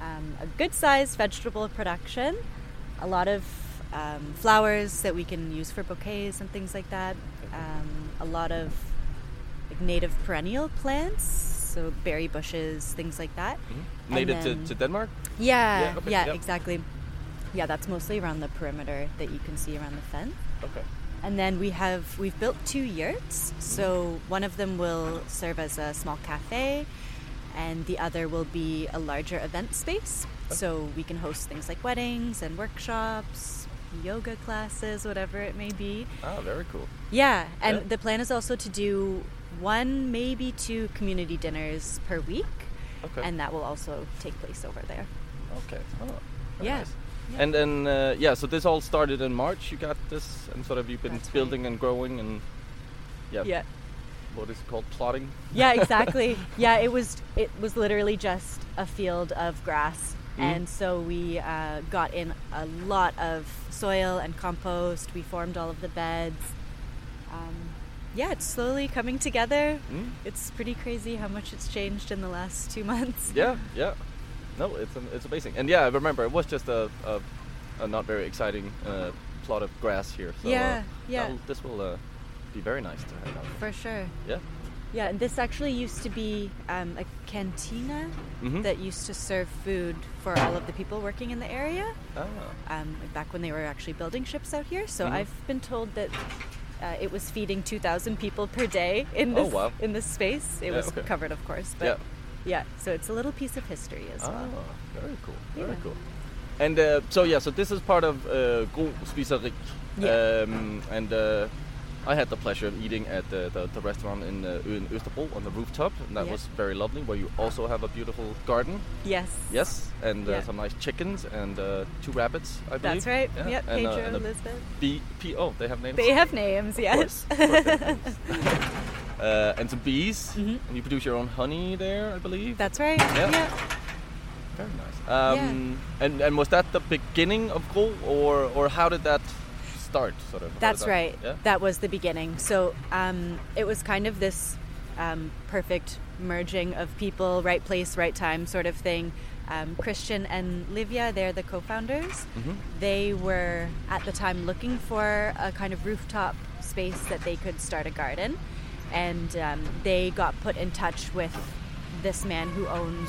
[SPEAKER 4] um, a good sized vegetable production, a lot of um, flowers that we can use for bouquets and things like that, um, a lot of like native perennial plants, so berry bushes, things like that. And
[SPEAKER 5] Native
[SPEAKER 4] then-
[SPEAKER 5] to, to Denmark?
[SPEAKER 4] Yeah, yeah,
[SPEAKER 5] Yeah, okay, yeah.
[SPEAKER 4] exactly. Yeah, that's mostly around the perimeter that you can see around the fence.
[SPEAKER 5] Okay.
[SPEAKER 4] And then we have we've built two yurts. So one of them will serve as a small cafe, and the other will be a larger event space. So we can host things like weddings and workshops, yoga classes, whatever it may be.
[SPEAKER 5] Oh, very cool.
[SPEAKER 4] Yeah, and
[SPEAKER 5] Yeah.
[SPEAKER 4] the plan is also to do one, maybe two community dinners per week,
[SPEAKER 5] Okay.
[SPEAKER 4] and that will also take place over there.
[SPEAKER 5] Okay. Oh, very
[SPEAKER 4] Yeah.
[SPEAKER 5] nice.
[SPEAKER 4] Yeah.
[SPEAKER 5] And then uh, yeah, so this all started in March. You got this, and sort of you've been
[SPEAKER 4] That's right.
[SPEAKER 5] building and growing, and yeah,
[SPEAKER 4] yeah.
[SPEAKER 5] what is it called plotting?
[SPEAKER 4] yeah exactly yeah it was it was literally just a field of grass and so we uh, got in a lot of soil and compost we formed all of the beds um, yeah it's slowly coming together
[SPEAKER 5] Mm.
[SPEAKER 4] it's pretty crazy how much it's changed in the last two months
[SPEAKER 5] Yeah, yeah. No, it's um, it's amazing. And yeah, I remember it was just a, a, a not very exciting uh, plot of grass here. So,
[SPEAKER 4] Yeah,
[SPEAKER 5] uh,
[SPEAKER 4] yeah.
[SPEAKER 5] that'll- This will uh, be very nice to hang out. with.
[SPEAKER 4] for sure
[SPEAKER 5] Yeah.
[SPEAKER 4] yeah and this actually used to be um, a cantina
[SPEAKER 5] Mhm.
[SPEAKER 4] that used to serve food for all of the people working in the area
[SPEAKER 5] Ah.
[SPEAKER 4] um, back when they were actually building ships out here. So
[SPEAKER 5] Mhm.
[SPEAKER 4] I've been told that uh, it was feeding 2,000 people per day in
[SPEAKER 5] Oh,
[SPEAKER 4] this
[SPEAKER 5] wow.
[SPEAKER 4] in this space. It
[SPEAKER 5] Yeah,
[SPEAKER 4] was
[SPEAKER 5] okay.
[SPEAKER 4] covered, of course, but yeah.
[SPEAKER 5] Yeah.
[SPEAKER 4] So it's a little piece of history as
[SPEAKER 5] Ah,
[SPEAKER 4] well.
[SPEAKER 5] very cool. Very
[SPEAKER 4] Yeah.
[SPEAKER 5] cool. And uh, so yeah, so this is part of uh, Gro Spiserik.
[SPEAKER 4] Yeah.
[SPEAKER 5] Um, and uh, I had the pleasure of eating at the, the, the restaurant in, uh, in Österbro on the rooftop, and that
[SPEAKER 4] Yeah.
[SPEAKER 5] was very lovely. Where you also have a beautiful garden.
[SPEAKER 4] Yes.
[SPEAKER 5] Yes, and uh,
[SPEAKER 4] Yeah.
[SPEAKER 5] some nice chickens and uh, two rabbits, I believe.
[SPEAKER 4] That's right.
[SPEAKER 5] Yeah,
[SPEAKER 4] Yep.
[SPEAKER 5] and, uh,
[SPEAKER 4] Pedro,
[SPEAKER 5] and a
[SPEAKER 4] Lisbeth.
[SPEAKER 5] bee- P- oh, they have names.
[SPEAKER 4] They have names.
[SPEAKER 5] Of
[SPEAKER 4] Yes.
[SPEAKER 5] course, of course they have names. uh, and some bees,
[SPEAKER 4] Mm-hmm.
[SPEAKER 5] and you produce your own honey there, I believe.
[SPEAKER 4] That's right.
[SPEAKER 5] Yeah.
[SPEAKER 4] yeah.
[SPEAKER 5] very nice. Um, and, and was that the beginning of Go, or or how did that start, sort of? How did
[SPEAKER 4] That's
[SPEAKER 5] that-
[SPEAKER 4] right.
[SPEAKER 5] Yeah.
[SPEAKER 4] That was the beginning. So um, it was kind of this um, perfect merging of people, right place, right time sort of thing. Um, Christian and Livia, they're the co founders. They were at the time looking for a kind of rooftop space that they could start a garden. And um, they got put in touch with this man who owns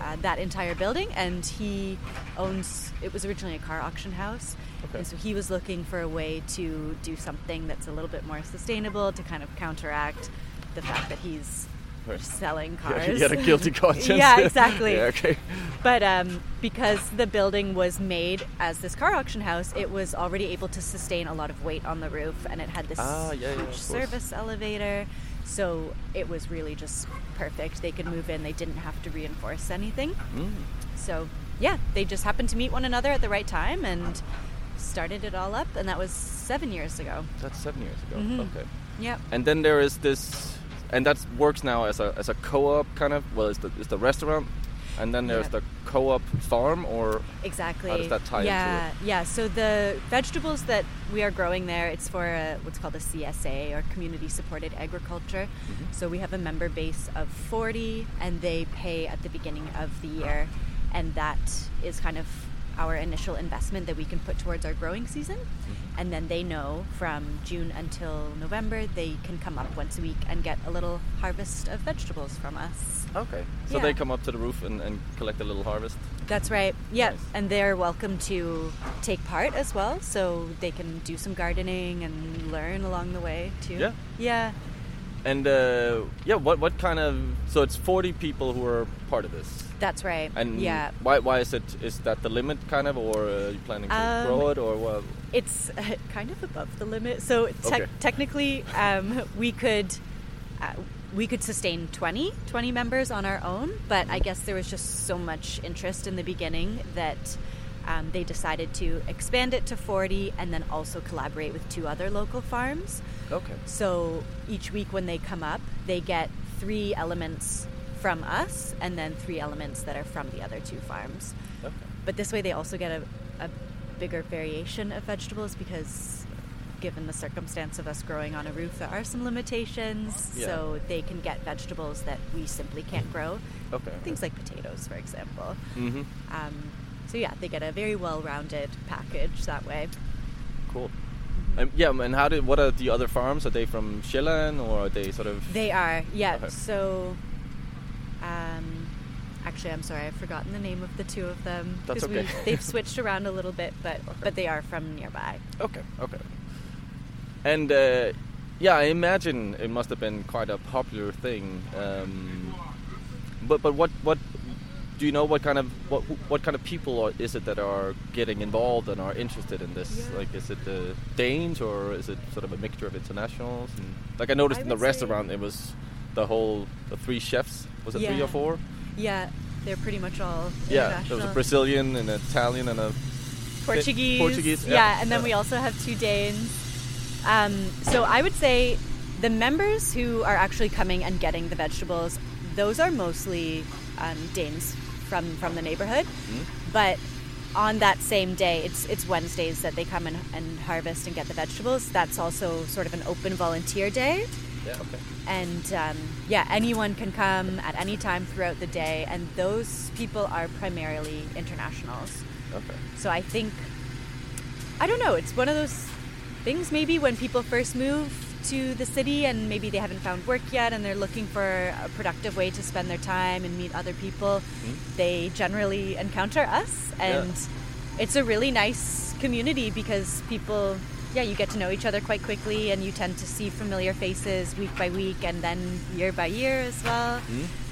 [SPEAKER 4] uh, that entire building. And he owns, it was originally a car auction house.
[SPEAKER 5] Okay.
[SPEAKER 4] And so he was looking for a way to do something that's a little bit more sustainable to kind of counteract the fact that he's
[SPEAKER 5] Right.
[SPEAKER 4] selling
[SPEAKER 5] Yeah,
[SPEAKER 4] cars.
[SPEAKER 5] you had a guilty conscience.
[SPEAKER 4] Yeah, exactly.
[SPEAKER 5] yeah, okay.
[SPEAKER 4] But um, because the building was made as this car auction house, it was already able to sustain a lot of weight on the roof, and it had this
[SPEAKER 5] Ah, yeah, yeah, of
[SPEAKER 4] huge
[SPEAKER 5] course.
[SPEAKER 4] service elevator. So it was really just perfect. They could move in. They didn't have to reinforce anything.
[SPEAKER 5] Mm,
[SPEAKER 4] So yeah, they just happened to meet one another at the right time and started it all up. And that was seven years ago.
[SPEAKER 5] That's seven years ago.
[SPEAKER 4] Mm-hmm.
[SPEAKER 5] Okay.
[SPEAKER 4] Yep.
[SPEAKER 5] And then there is this, and that works now as a as a co-op kind of. Well, it's the it's the restaurant, and then there's
[SPEAKER 4] Yeah.
[SPEAKER 5] the co-op farm, or
[SPEAKER 4] Exactly.
[SPEAKER 5] How does that tie into
[SPEAKER 4] yeah, Yeah, So the vegetables that we are growing there, it's for a, what's called a CSA or community supported agriculture.
[SPEAKER 5] Mm-hmm.
[SPEAKER 4] So we have a member base of 40 and they pay at the beginning of the year. And that is kind of our initial investment that we can put towards our growing season.
[SPEAKER 5] Mm-hmm.
[SPEAKER 4] And then they know from June until November, they can come up once a week and get a little harvest of vegetables from us.
[SPEAKER 5] okay. So
[SPEAKER 4] Yeah.
[SPEAKER 5] they come up to the roof and, and collect a little harvest.
[SPEAKER 4] That's right. Yeah,
[SPEAKER 5] Nice.
[SPEAKER 4] and they're welcome to take part as well, so they can do some gardening and learn along the way too.
[SPEAKER 5] Yeah.
[SPEAKER 4] Yeah.
[SPEAKER 5] And uh, yeah, what what kind of? So it's forty people who are part of this.
[SPEAKER 4] That's right.
[SPEAKER 5] And
[SPEAKER 4] yeah.
[SPEAKER 5] why why is it is that the limit kind of, or uh, are you planning to
[SPEAKER 4] Um,
[SPEAKER 5] grow it, or what?
[SPEAKER 4] It's uh, kind of above the limit. So tec-
[SPEAKER 5] Okay.
[SPEAKER 4] technically, um, we could uh, we could sustain 20, 20 members on our own, but I guess there was just so much interest in the beginning that um, they decided to expand it to 40 and then also collaborate with two other local farms.
[SPEAKER 5] Okay.
[SPEAKER 4] So each week when they come up, they get three elements from us and then three elements that are from the other two farms.
[SPEAKER 5] Okay.
[SPEAKER 4] But this way they also get a, a bigger variation of vegetables because given the circumstance of us growing on a roof, there are some limitations.
[SPEAKER 5] Yeah. Mm-hmm.
[SPEAKER 4] So they can get vegetables that we simply can't grow.
[SPEAKER 5] Okay.
[SPEAKER 4] Things like potatoes, for example.
[SPEAKER 5] Mm-hmm.
[SPEAKER 4] Um, so yeah, they get a very well-rounded package that way.
[SPEAKER 5] Cool. Um, yeah, and how did? What are the other farms? Are they from Sjælland, or are they sort of?
[SPEAKER 4] They are, yeah.
[SPEAKER 5] Okay.
[SPEAKER 4] So, um, actually, I'm sorry, I've forgotten the name of the two of them.
[SPEAKER 5] That's
[SPEAKER 4] 'cause we-
[SPEAKER 5] okay.
[SPEAKER 4] they've switched around a little bit, but but they are from nearby.
[SPEAKER 5] Okay, okay. And uh, yeah, I imagine it must have been quite a popular thing. Um, but but what what do you know? What kind of what what kind of people are, is it that are getting involved and are interested in this?
[SPEAKER 4] Yeah.
[SPEAKER 5] Like, is it uh, Danes or is it sort of a mixture of internationals? And, like I noticed
[SPEAKER 4] I
[SPEAKER 5] in the
[SPEAKER 4] would say-
[SPEAKER 5] restaurant, it was the whole the three chefs. Was it three
[SPEAKER 4] Yeah.
[SPEAKER 5] or four?
[SPEAKER 4] Yeah, they're pretty much all
[SPEAKER 5] Yeah, there was a
[SPEAKER 4] international.
[SPEAKER 5] Brazilian and an Italian and a
[SPEAKER 4] Portuguese.
[SPEAKER 5] Portuguese,
[SPEAKER 4] yeah.
[SPEAKER 5] yeah.
[SPEAKER 4] and then
[SPEAKER 5] Yeah.
[SPEAKER 4] we also have two Danes. Um, so I would say the members who are actually coming and getting the vegetables, those are mostly um, Danes from from the neighborhood.
[SPEAKER 5] Mm-hmm.
[SPEAKER 4] But on that same day, it's it's Wednesdays that they come and, and harvest and get the vegetables. That's also sort of an open volunteer day
[SPEAKER 5] yeah, okay.
[SPEAKER 4] and um, yeah, anyone can come at any time throughout the day, and those people are primarily internationals.
[SPEAKER 5] Okay.
[SPEAKER 4] So I think, I don't know, it's one of those things maybe when people first move to the city and maybe they haven't found work yet and they're looking for a productive way to spend their time and meet other people, they generally encounter us.
[SPEAKER 5] Yeah.
[SPEAKER 4] And it's a really nice community because people, yeah, you get to know each other quite quickly and you tend to see familiar faces week by week and then year by year as well.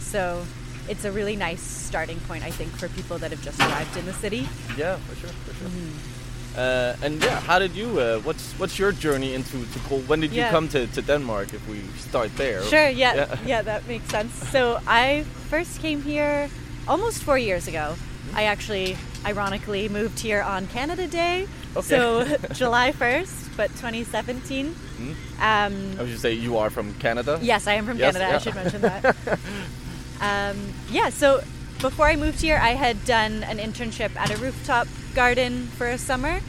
[SPEAKER 4] So it's a really nice starting point, I think, for people that have just arrived in the city.
[SPEAKER 5] Yeah, for sure, for sure.
[SPEAKER 4] Mm-hmm.
[SPEAKER 5] Uh, and yeah, how did you? Uh, what's what's your journey into to Col- When did you
[SPEAKER 4] Yeah.
[SPEAKER 5] come to, to Denmark? If we start there.
[SPEAKER 4] Sure, yeah,
[SPEAKER 5] Yeah.
[SPEAKER 4] yeah, that makes sense. So I first came here almost four years ago. I actually, ironically, moved here on Canada Day, so July 1st, but 2017. Um,
[SPEAKER 5] I would just say you are from Canada.
[SPEAKER 4] Yes, I am from
[SPEAKER 5] Yes,
[SPEAKER 4] Canada.
[SPEAKER 5] yeah.
[SPEAKER 4] I should mention that. um, yeah, so before I moved here, I had done an internship at a rooftop garden for a summer,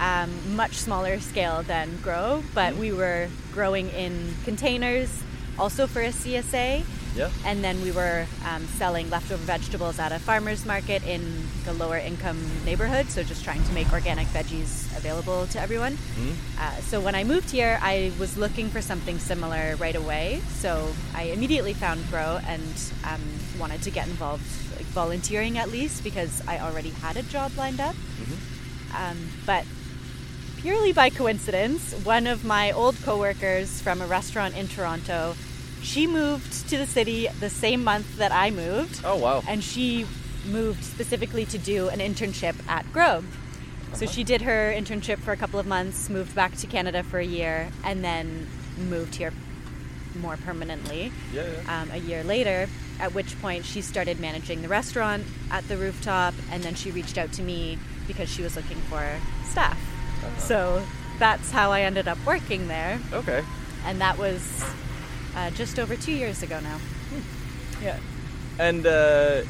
[SPEAKER 4] um, much smaller scale than grow, but
[SPEAKER 5] Mm-hmm.
[SPEAKER 4] we were growing in containers, also for a CSA.
[SPEAKER 5] Yeah.
[SPEAKER 4] And then we were um, selling leftover vegetables at a farmer's market in the lower income neighborhood, so just trying to make organic veggies available to everyone. Uh, so when I moved here, I was looking for something similar right away, so I immediately found Grow and um, wanted to get involved, like volunteering at least, because I already had a job lined up. Um, but purely by coincidence, one of my old coworkers from a restaurant in Toronto, she moved to the city the same month that I moved.
[SPEAKER 5] Oh wow.
[SPEAKER 4] And she moved specifically to do an internship at Grove. So
[SPEAKER 5] Uh-huh.
[SPEAKER 4] she did her internship for a couple of months, moved back to Canada for a year, and then moved here more permanently
[SPEAKER 5] yeah, yeah.
[SPEAKER 4] um, a year later, at which point she started managing the restaurant at the rooftop, and then she reached out to me because she was looking for staff. So that's how I ended up working there,
[SPEAKER 5] Okay.
[SPEAKER 4] and that was uh, just over two years ago now. Yeah.
[SPEAKER 5] And uh,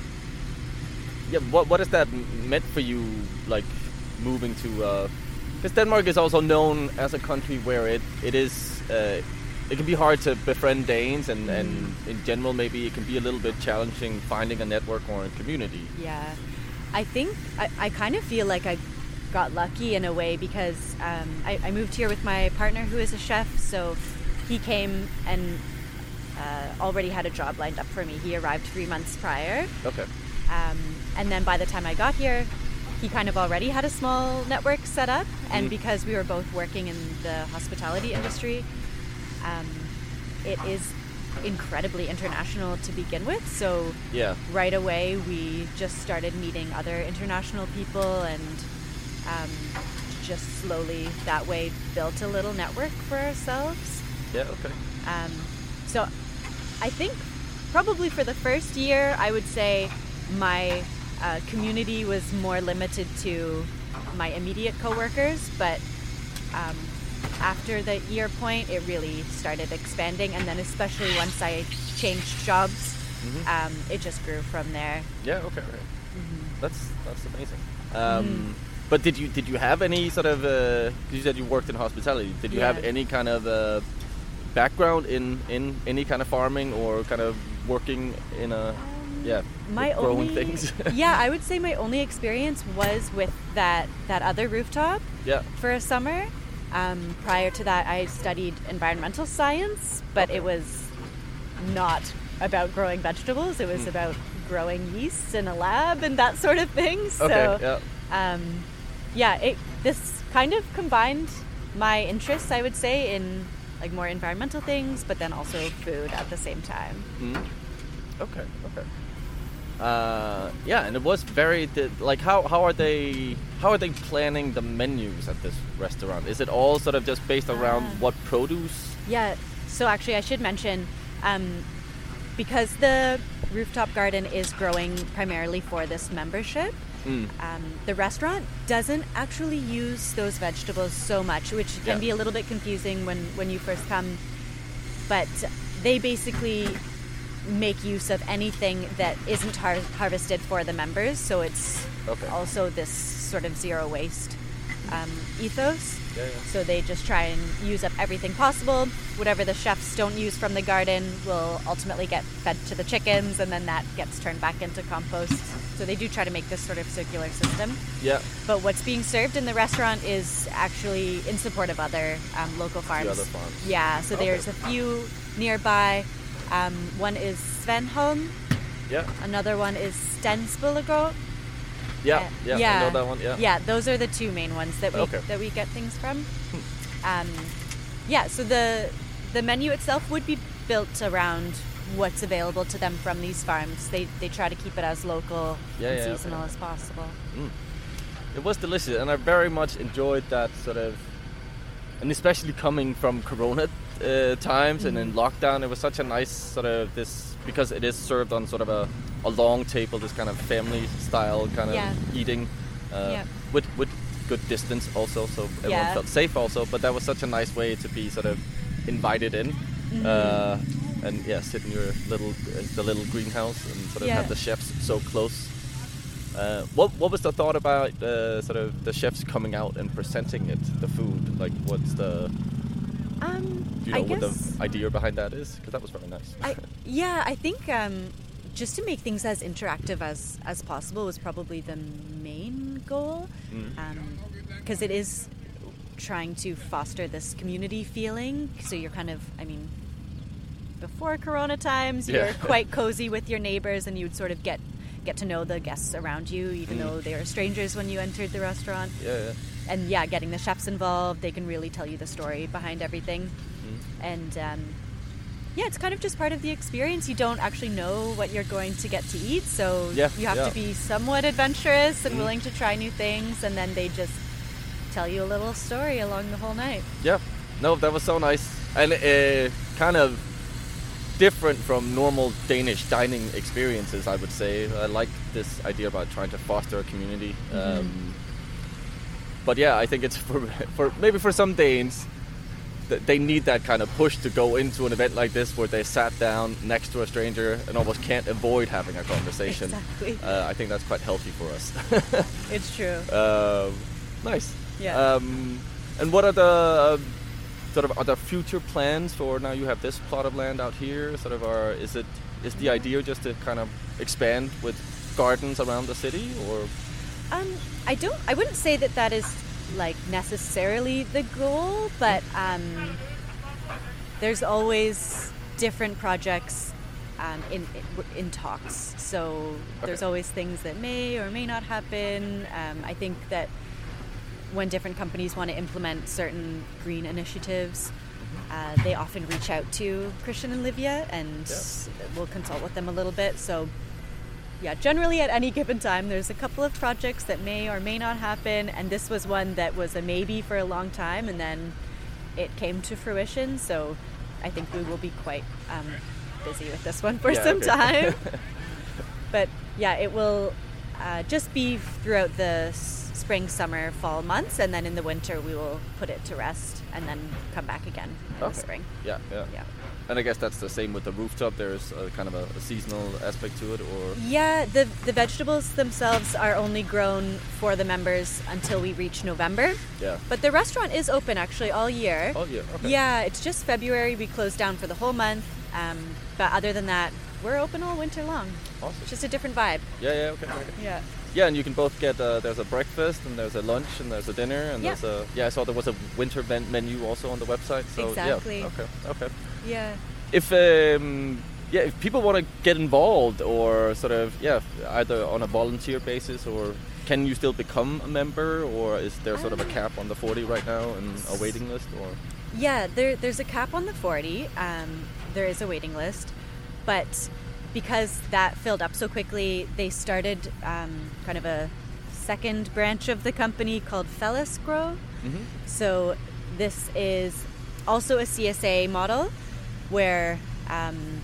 [SPEAKER 5] yeah, what what has that m- meant for you? Like moving to because Denmark is also known as a country where it it is. Uh, it can be hard to befriend Danes, and, and
[SPEAKER 4] Mm.
[SPEAKER 5] in general, maybe it can be a little bit challenging finding a network or a community.
[SPEAKER 4] Yeah. I think I, I kind of feel like I got lucky in a way because um, I, I moved here with my partner who is a chef. So he came and uh, already had a job lined up for me. He arrived three months prior.
[SPEAKER 5] Okay.
[SPEAKER 4] Um, and then by the time I got here, he kind of already had a small network set up. And because we were both working in the hospitality industry, um, it is incredibly international to begin with. So
[SPEAKER 5] Yeah.
[SPEAKER 4] right away we just started meeting other international people and um, just slowly that way built a little network for ourselves
[SPEAKER 5] Yeah. Okay.
[SPEAKER 4] um, so I think probably for the first year, I would say my uh, community was more limited to my immediate coworkers, but um, after the year point, it really started expanding. And then, especially once I changed jobs,
[SPEAKER 5] Mm-hmm.
[SPEAKER 4] um, it just grew from there.
[SPEAKER 5] Yeah. Okay. Right.
[SPEAKER 4] Mm-hmm.
[SPEAKER 5] That's that's amazing. Um, But did you did you have any sort of? Uh, 'cause you said you worked in hospitality. Did you have
[SPEAKER 4] Yeah.
[SPEAKER 5] any kind of uh, background in in any kind of farming or kind of working in a? Yeah.
[SPEAKER 4] my
[SPEAKER 5] with growing
[SPEAKER 4] only
[SPEAKER 5] things.
[SPEAKER 4] yeah, I would say my only experience was with that that other rooftop.
[SPEAKER 5] yeah.
[SPEAKER 4] for a summer. Um, prior to that, I studied environmental science, but it was not about growing vegetables. It was
[SPEAKER 5] Hmm.
[SPEAKER 4] about growing yeast in a lab and that sort of thing. So,
[SPEAKER 5] Okay. yeah.
[SPEAKER 4] um, yeah, it, this kind of combined my interests, I would say, in like more environmental things, but then also food at the same time.
[SPEAKER 5] Mm-hmm. Okay. Okay. Uh, yeah, and it was very di- like how how are they how are they planning the menus at this restaurant? Is it all sort of just based around
[SPEAKER 4] Ah.
[SPEAKER 5] what produce?
[SPEAKER 4] Yeah. So actually, I should mention um, because the rooftop garden is growing primarily for this membership.
[SPEAKER 5] Mm.
[SPEAKER 4] Um, the restaurant doesn't actually use those vegetables so much, which can
[SPEAKER 5] Yeah.
[SPEAKER 4] be a little bit confusing when when you first come. But they basically make use of anything that isn't har- harvested for the members, so it's
[SPEAKER 5] Okay.
[SPEAKER 4] also this sort of zero waste um, ethos.
[SPEAKER 5] Yeah, yeah.
[SPEAKER 4] So they just try and use up everything possible. Whatever the chefs don't use from the garden will ultimately get fed to the chickens, and then that gets turned back into compost. So they do try to make this sort of circular system.
[SPEAKER 5] Yeah.
[SPEAKER 4] But what's being served in the restaurant is actually in support of other um, local farms.
[SPEAKER 5] other farms.
[SPEAKER 4] Yeah, so
[SPEAKER 5] Okay.
[SPEAKER 4] there's a few nearby. Um, one is Svenholm,
[SPEAKER 5] Yeah.
[SPEAKER 4] another one is Stensbillegård.
[SPEAKER 5] Yeah, yeah, I know that one. Yeah,
[SPEAKER 4] Yeah, those are the two main ones that we
[SPEAKER 5] Okay. Hmm.
[SPEAKER 4] that we get things from. Um, yeah, so the the menu itself would be built around what's available to them from these farms. They they try to keep it as local
[SPEAKER 5] Yeah,
[SPEAKER 4] and
[SPEAKER 5] yeah, okay.
[SPEAKER 4] seasonal as possible.
[SPEAKER 5] Mm. It was delicious, and I very much enjoyed that sort of, and especially coming from Corona uh, times and
[SPEAKER 4] Mm-hmm.
[SPEAKER 5] in lockdown, it was such a nice sort of this because it is served on sort of a, a long table, this kind of family style kind of
[SPEAKER 4] Yeah.
[SPEAKER 5] eating, uh,
[SPEAKER 4] Yeah.
[SPEAKER 5] with with good distance also, so everyone
[SPEAKER 4] Yeah.
[SPEAKER 5] felt safe also. But that was such a nice way to be sort of invited in.
[SPEAKER 4] Mm-hmm.
[SPEAKER 5] Uh, and yeah, sit in your little uh, the little greenhouse and sort of
[SPEAKER 4] Yeah.
[SPEAKER 5] have the chefs so close uh, what what was the thought about uh, sort of the chefs coming out and presenting it, the food? Like, what's the
[SPEAKER 4] Um,
[SPEAKER 5] do you
[SPEAKER 4] I
[SPEAKER 5] know what
[SPEAKER 4] guess.
[SPEAKER 5] the idea behind that is? Because that was very nice.
[SPEAKER 4] I, yeah, I think um, just to make things as interactive as, as possible was probably the main goal.
[SPEAKER 5] Mm-hmm.
[SPEAKER 4] Because it is trying to foster this community feeling. So you're kind of, I mean, before Corona times,
[SPEAKER 5] Yeah.
[SPEAKER 4] you're quite cozy with your neighbors and you'd sort of get, get to know the guests around you, even though they were strangers when you entered the restaurant
[SPEAKER 5] Mm. yeah, yeah.
[SPEAKER 4] and yeah, getting the chefs involved, they can really tell you the story behind everything.
[SPEAKER 5] Mm-hmm.
[SPEAKER 4] And um, yeah, it's kind of just part of the experience. You don't actually know what you're going to get to eat, so
[SPEAKER 5] Yeah,
[SPEAKER 4] you have
[SPEAKER 5] yeah. Mm-hmm.
[SPEAKER 4] to be somewhat adventurous and willing to try new things. And then they just tell you a little story along the whole night.
[SPEAKER 5] Yeah. No, that was so nice and uh, kind of different from normal Danish dining experiences. I would say I like this idea about trying to foster a community. Um, but yeah, I think it's for, for maybe for some Danes. th- They need that kind of push to go into an event like this, where they sat down next to a stranger and almost can't avoid having a conversation.
[SPEAKER 4] Exactly.
[SPEAKER 5] Uh, I think that's quite healthy for us.
[SPEAKER 4] It's true.
[SPEAKER 5] Um, nice.
[SPEAKER 4] Yeah.
[SPEAKER 5] Um, and what are the um, sort of are there future plans for now? You have this plot of land out here. Sort of, are is it is the idea just to kind of expand with gardens around the city, or
[SPEAKER 4] Um, I don't. I wouldn't say that that is like necessarily the goal, but um, there's always different projects um, in in talks. So there's
[SPEAKER 5] Okay.
[SPEAKER 4] always things that may or may not happen. Um, I think that when different companies want to implement certain green initiatives,
[SPEAKER 5] Mm-hmm.
[SPEAKER 4] uh, they often reach out to Christian and Livia, and we'll consult with them a little bit. So yeah, generally at any given time, there's a couple of projects that may or may not happen, and this was one that was a maybe for a long time, and then it came to fruition. So I think we will be quite um, busy with this one for
[SPEAKER 5] Yeah,
[SPEAKER 4] some
[SPEAKER 5] okay.
[SPEAKER 4] time. but yeah, it will uh, just be throughout the s- spring, summer, fall months, and then in the winter we will put it to rest, and then come back again in the spring.
[SPEAKER 5] Yeah, yeah,
[SPEAKER 4] Yeah.
[SPEAKER 5] And I guess that's the same with the rooftop. There's a kind of a, a seasonal aspect to it, or
[SPEAKER 4] Yeah, the the vegetables themselves are only grown for the members until we reach November.
[SPEAKER 5] Yeah.
[SPEAKER 4] But the restaurant is open actually all year.
[SPEAKER 5] All year, Oh, okay.
[SPEAKER 4] Yeah, it's just February we close down for the whole month. Um, but other than that, we're open all winter long.
[SPEAKER 5] Awesome.
[SPEAKER 4] It's just a different vibe.
[SPEAKER 5] yeah, yeah, okay. okay.
[SPEAKER 4] Yeah.
[SPEAKER 5] Yeah, and you can both get uh, there's a breakfast and there's a lunch and there's a dinner and
[SPEAKER 4] Yeah.
[SPEAKER 5] there's a yeah. I saw there was a winter men- menu also on the website. So
[SPEAKER 4] Exactly.
[SPEAKER 5] yeah, okay, okay.
[SPEAKER 4] Yeah.
[SPEAKER 5] if um, yeah, if people want to get involved or sort of yeah, either on a volunteer basis or can you still become a member or is there sort of a cap on the 40 right now and a waiting list or
[SPEAKER 4] Yeah, there, there's a cap on the 40. Um, there is a waiting list. But because that filled up so quickly, they started um, kind of a second branch of the company called Fellas Grow.
[SPEAKER 5] Mm-hmm.
[SPEAKER 4] So this is also a CSA model where um,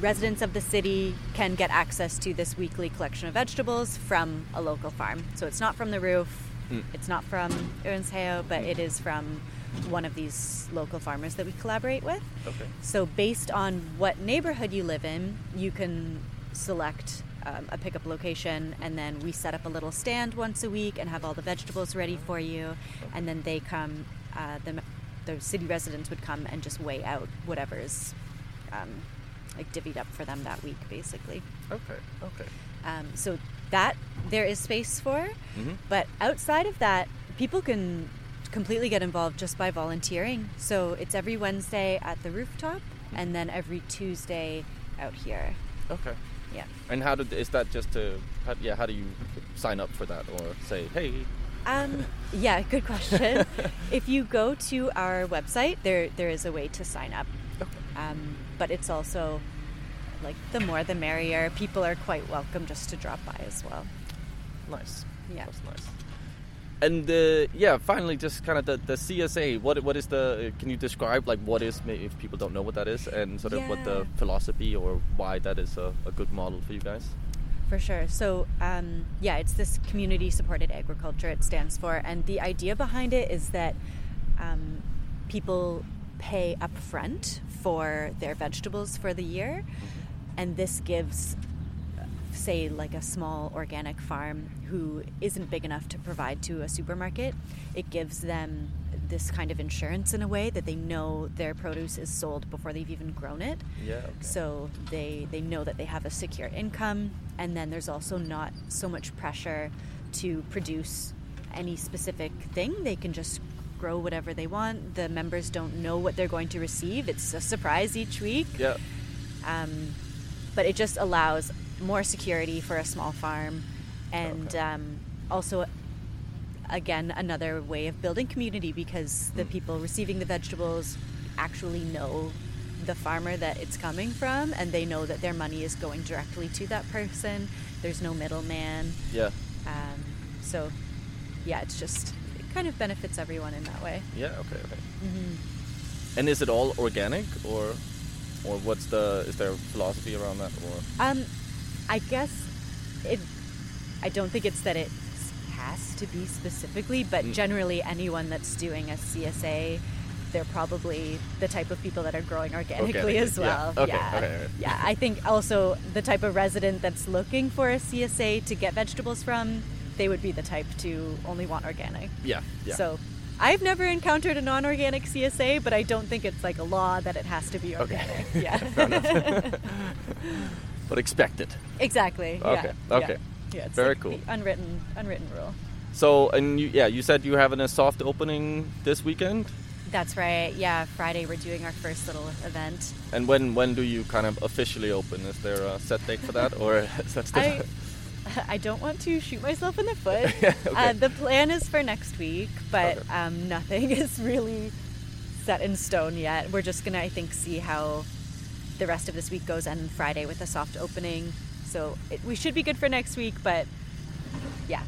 [SPEAKER 4] residents of the city can get access to this weekly collection of vegetables from a local farm. So it's not from the roof, it's not from Ernsheo, but it is from one of these local farmers that we collaborate with.
[SPEAKER 5] okay
[SPEAKER 4] So based on what neighborhood you live in, you can select um, a pickup location, and then we set up a little stand once a week and have all the vegetables ready for you, and then they come. Uh, the the city residents would come and just weigh out whatever's um, like divvied up for them that week, basically.
[SPEAKER 5] okay okay
[SPEAKER 4] Um, so that there is space for. But outside of that, people can completely get involved just by volunteering. So it's every Wednesday at the rooftop and then every Tuesday out here.
[SPEAKER 5] okay
[SPEAKER 4] Yeah.
[SPEAKER 5] and how did is that just to how, yeah how do you sign up for that or say hey
[SPEAKER 4] Um, yeah, good question. if you go to our website, there there is a way to sign up.
[SPEAKER 5] okay
[SPEAKER 4] Um, but it's also like the more the merrier. People are quite welcome just to drop by as well.
[SPEAKER 5] Nice.
[SPEAKER 4] Yeah.
[SPEAKER 5] That's nice. And uh, yeah, finally, just kind of the, the CSA. What what is the? uh, Can you describe like what is may- if people don't know what that is, and sort of what the
[SPEAKER 4] Yeah.
[SPEAKER 5] philosophy or why that is a, a good model for you guys?
[SPEAKER 4] For sure. So, um, yeah, it's this community supported agriculture it stands for. And the idea behind it is that um, people pay upfront for their vegetables for the year. And this gives, uh, say, like a small organic farm who isn't big enough to provide to a supermarket, it gives them this kind of insurance in a way that they know their produce is sold before they've even grown it.
[SPEAKER 5] Yeah, okay.
[SPEAKER 4] So they they know that they have a secure income, and then there's also not so much pressure to produce any specific thing. They can just grow whatever they want. The members don't know what they're going to receive. It's a surprise each week.
[SPEAKER 5] Yeah.
[SPEAKER 4] Um, but it just allows more security for a small farm, and
[SPEAKER 5] Okay.
[SPEAKER 4] um, also again another way of building community because
[SPEAKER 5] Hmm.
[SPEAKER 4] the people receiving the vegetables actually know the farmer that it's coming from and they know that their money is going directly to that person there's no middleman
[SPEAKER 5] Yeah.
[SPEAKER 4] um, so yeah it's just it kind of benefits everyone in that way Mm-hmm.
[SPEAKER 5] Yeah. Okay. Okay. And is it all organic, or or what's the is there a philosophy around that, or
[SPEAKER 4] Um, I guess it. I don't think it's that it has to be specifically, but
[SPEAKER 5] Mm.
[SPEAKER 4] generally, anyone that's doing a CSA, they're probably the type of people that are growing organically
[SPEAKER 5] Organically,
[SPEAKER 4] as
[SPEAKER 5] yeah.
[SPEAKER 4] well.
[SPEAKER 5] Okay,
[SPEAKER 4] yeah.
[SPEAKER 5] okay, alright.
[SPEAKER 4] Yeah, I think also the type of resident that's looking for a CSA to get vegetables from, they would be the type to only want organic.
[SPEAKER 5] yeah, yeah.
[SPEAKER 4] So. I've never encountered a non-organic CSA, but I don't think it's like a law that it has to be organic. Yeah.
[SPEAKER 5] Fair enough. but expected.
[SPEAKER 4] Exactly. yeah,
[SPEAKER 5] Okay,
[SPEAKER 4] Yeah.
[SPEAKER 5] okay.
[SPEAKER 4] Yeah, it's
[SPEAKER 5] Very
[SPEAKER 4] like
[SPEAKER 5] cool.
[SPEAKER 4] The unwritten, unwritten rule.
[SPEAKER 5] So and you, yeah, you said you having a soft opening this weekend.
[SPEAKER 4] That's right. Yeah, Friday we're doing our first little event.
[SPEAKER 5] And when when do you kind of officially open? Is there a set date for that, or is that still?
[SPEAKER 4] I, I don't want to shoot myself in the foot.
[SPEAKER 5] Yeah, okay.
[SPEAKER 4] uh, the plan is for next week, but
[SPEAKER 5] Okay.
[SPEAKER 4] um, nothing is really set in stone yet. We're just gonna, I think, see how the rest of this week goes, and Friday with a soft opening. So it, we should be good for next week, but yeah,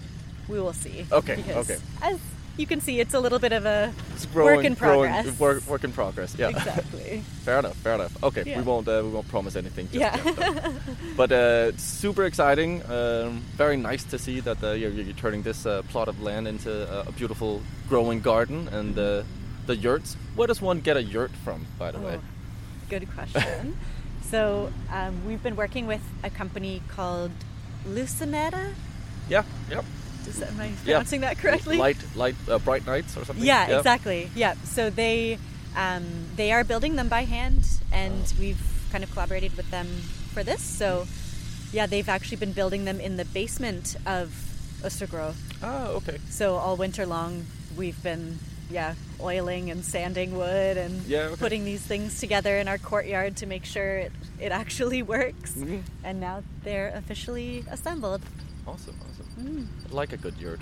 [SPEAKER 4] we will see.
[SPEAKER 5] Okay,
[SPEAKER 4] Because
[SPEAKER 5] okay.
[SPEAKER 4] As you can see, it's a little bit of a
[SPEAKER 5] It's
[SPEAKER 4] work in
[SPEAKER 5] growing-
[SPEAKER 4] progress.
[SPEAKER 5] work, work in progress. Yeah.
[SPEAKER 4] Exactly.
[SPEAKER 5] fair enough. Fair enough. Okay,
[SPEAKER 4] Yeah.
[SPEAKER 5] we won't uh, we won't promise anything. Just
[SPEAKER 4] Yeah.
[SPEAKER 5] yet, though. but uh, it's super exciting. Um, very nice to see that uh, you're, you're turning this uh, plot of land into a, a beautiful growing garden and uh, the yurts. Where does one get a yurt from, by the way?
[SPEAKER 4] Oh, good question. so um, we've been working with a company called Lucinetta.
[SPEAKER 5] Yeah. Yep.
[SPEAKER 4] Is that, am I
[SPEAKER 5] Yeah.
[SPEAKER 4] pronouncing that correctly?
[SPEAKER 5] Light, light, uh, bright nights or something.
[SPEAKER 4] Yeah, exactly. Yeah. So they um, they are building them by hand, and we've kind of collaborated with them for this. So yeah, they've actually been building them in the basement of Ostergro.
[SPEAKER 5] Oh, okay.
[SPEAKER 4] So all winter long, we've been yeah oiling and sanding wood and
[SPEAKER 5] Yeah, okay.
[SPEAKER 4] putting these things together in our courtyard to make sure it, it actually works.
[SPEAKER 5] Mhm.
[SPEAKER 4] And now they're officially assembled.
[SPEAKER 5] Awesome, awesome.
[SPEAKER 4] Mm.
[SPEAKER 5] I like a good yurt.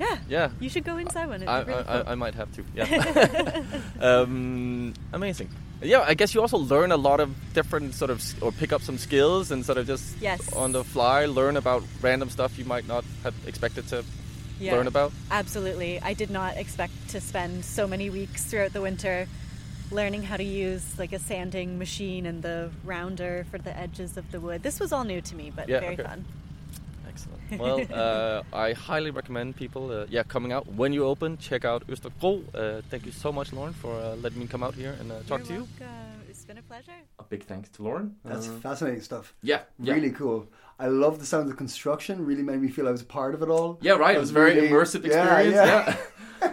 [SPEAKER 4] Yeah.
[SPEAKER 5] Yeah.
[SPEAKER 4] You should go inside one. It'd
[SPEAKER 5] I,
[SPEAKER 4] be really
[SPEAKER 5] I,
[SPEAKER 4] cool.
[SPEAKER 5] I, I might have to. Yeah. um, amazing. Yeah, I guess you also learn a lot of different sort of, s- or pick up some skills and sort of just
[SPEAKER 4] Yes.
[SPEAKER 5] on the fly learn about random stuff you might not have expected to
[SPEAKER 4] Yeah.
[SPEAKER 5] learn about.
[SPEAKER 4] Absolutely. I did not expect to spend so many weeks throughout the winter learning how to use like a sanding machine and the rounder for the edges of the wood. This was all new to me, but
[SPEAKER 5] Yeah,
[SPEAKER 4] very
[SPEAKER 5] okay.
[SPEAKER 4] fun.
[SPEAKER 5] Excellent. Well, uh, I highly recommend people, uh, yeah, coming out when you open. Check out Østerbro. Uh, thank you so much, Lauren, for uh, letting me come out here and uh, talk
[SPEAKER 4] You're
[SPEAKER 5] to you.
[SPEAKER 4] welcome. It's been a pleasure.
[SPEAKER 3] A big thanks to Lauren.
[SPEAKER 2] That's
[SPEAKER 3] Uh,
[SPEAKER 2] fascinating stuff.
[SPEAKER 3] yeah, yeah.
[SPEAKER 2] Really cool. I love the sound of construction. Really made me feel I was a part of it all.
[SPEAKER 3] Yeah, right. It was a very
[SPEAKER 2] Really-
[SPEAKER 3] immersive
[SPEAKER 2] yeah,
[SPEAKER 3] experience.
[SPEAKER 2] yeah.
[SPEAKER 3] Yeah.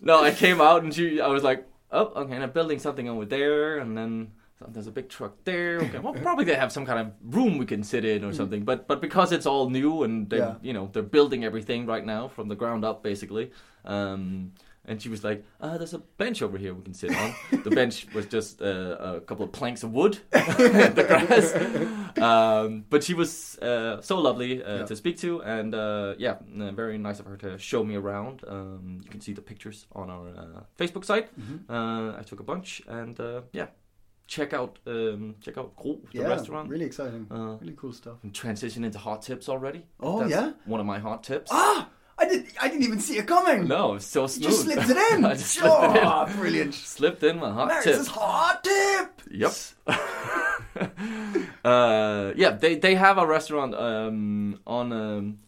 [SPEAKER 3] no, I came out and she, I was like, oh, okay, and I'm building something over there, and then there's a big truck there. Okay, well, probably they have some kind of room we can sit in or something. But but because it's all new and they,
[SPEAKER 2] Mm. Yeah.
[SPEAKER 3] are you know, they're building everything right now from the ground up, basically. Um, and she was like, uh, "There's a bench over here we can sit on." the bench was just uh, a couple of planks of wood, in the grass. Um, but she was uh, so lovely uh,
[SPEAKER 2] Yeah.
[SPEAKER 3] to speak to, and uh, yeah, uh, very nice of her to show me around. Um,
[SPEAKER 2] Mm-hmm.
[SPEAKER 3] you can see the pictures on our uh, Facebook site. Uh, I took a bunch, and uh, yeah, check out um, check out Gro, the
[SPEAKER 2] yeah,
[SPEAKER 3] restaurant.
[SPEAKER 2] really exciting,
[SPEAKER 3] Uh,
[SPEAKER 2] really cool stuff.
[SPEAKER 3] Transition into hot tips already.
[SPEAKER 2] Oh,
[SPEAKER 3] That's
[SPEAKER 2] yeah?
[SPEAKER 3] one of my hot tips.
[SPEAKER 2] Ah, I didn't, I didn't even see it coming.
[SPEAKER 3] No, it's so smooth.
[SPEAKER 2] You just slipped it in.
[SPEAKER 3] I just slipped
[SPEAKER 2] oh,
[SPEAKER 3] it in.
[SPEAKER 2] brilliant.
[SPEAKER 3] Slipped in my hot
[SPEAKER 2] Maris
[SPEAKER 3] tip.
[SPEAKER 2] is hot tip.
[SPEAKER 3] Yep. uh, yeah, they they have a restaurant um, on. Um,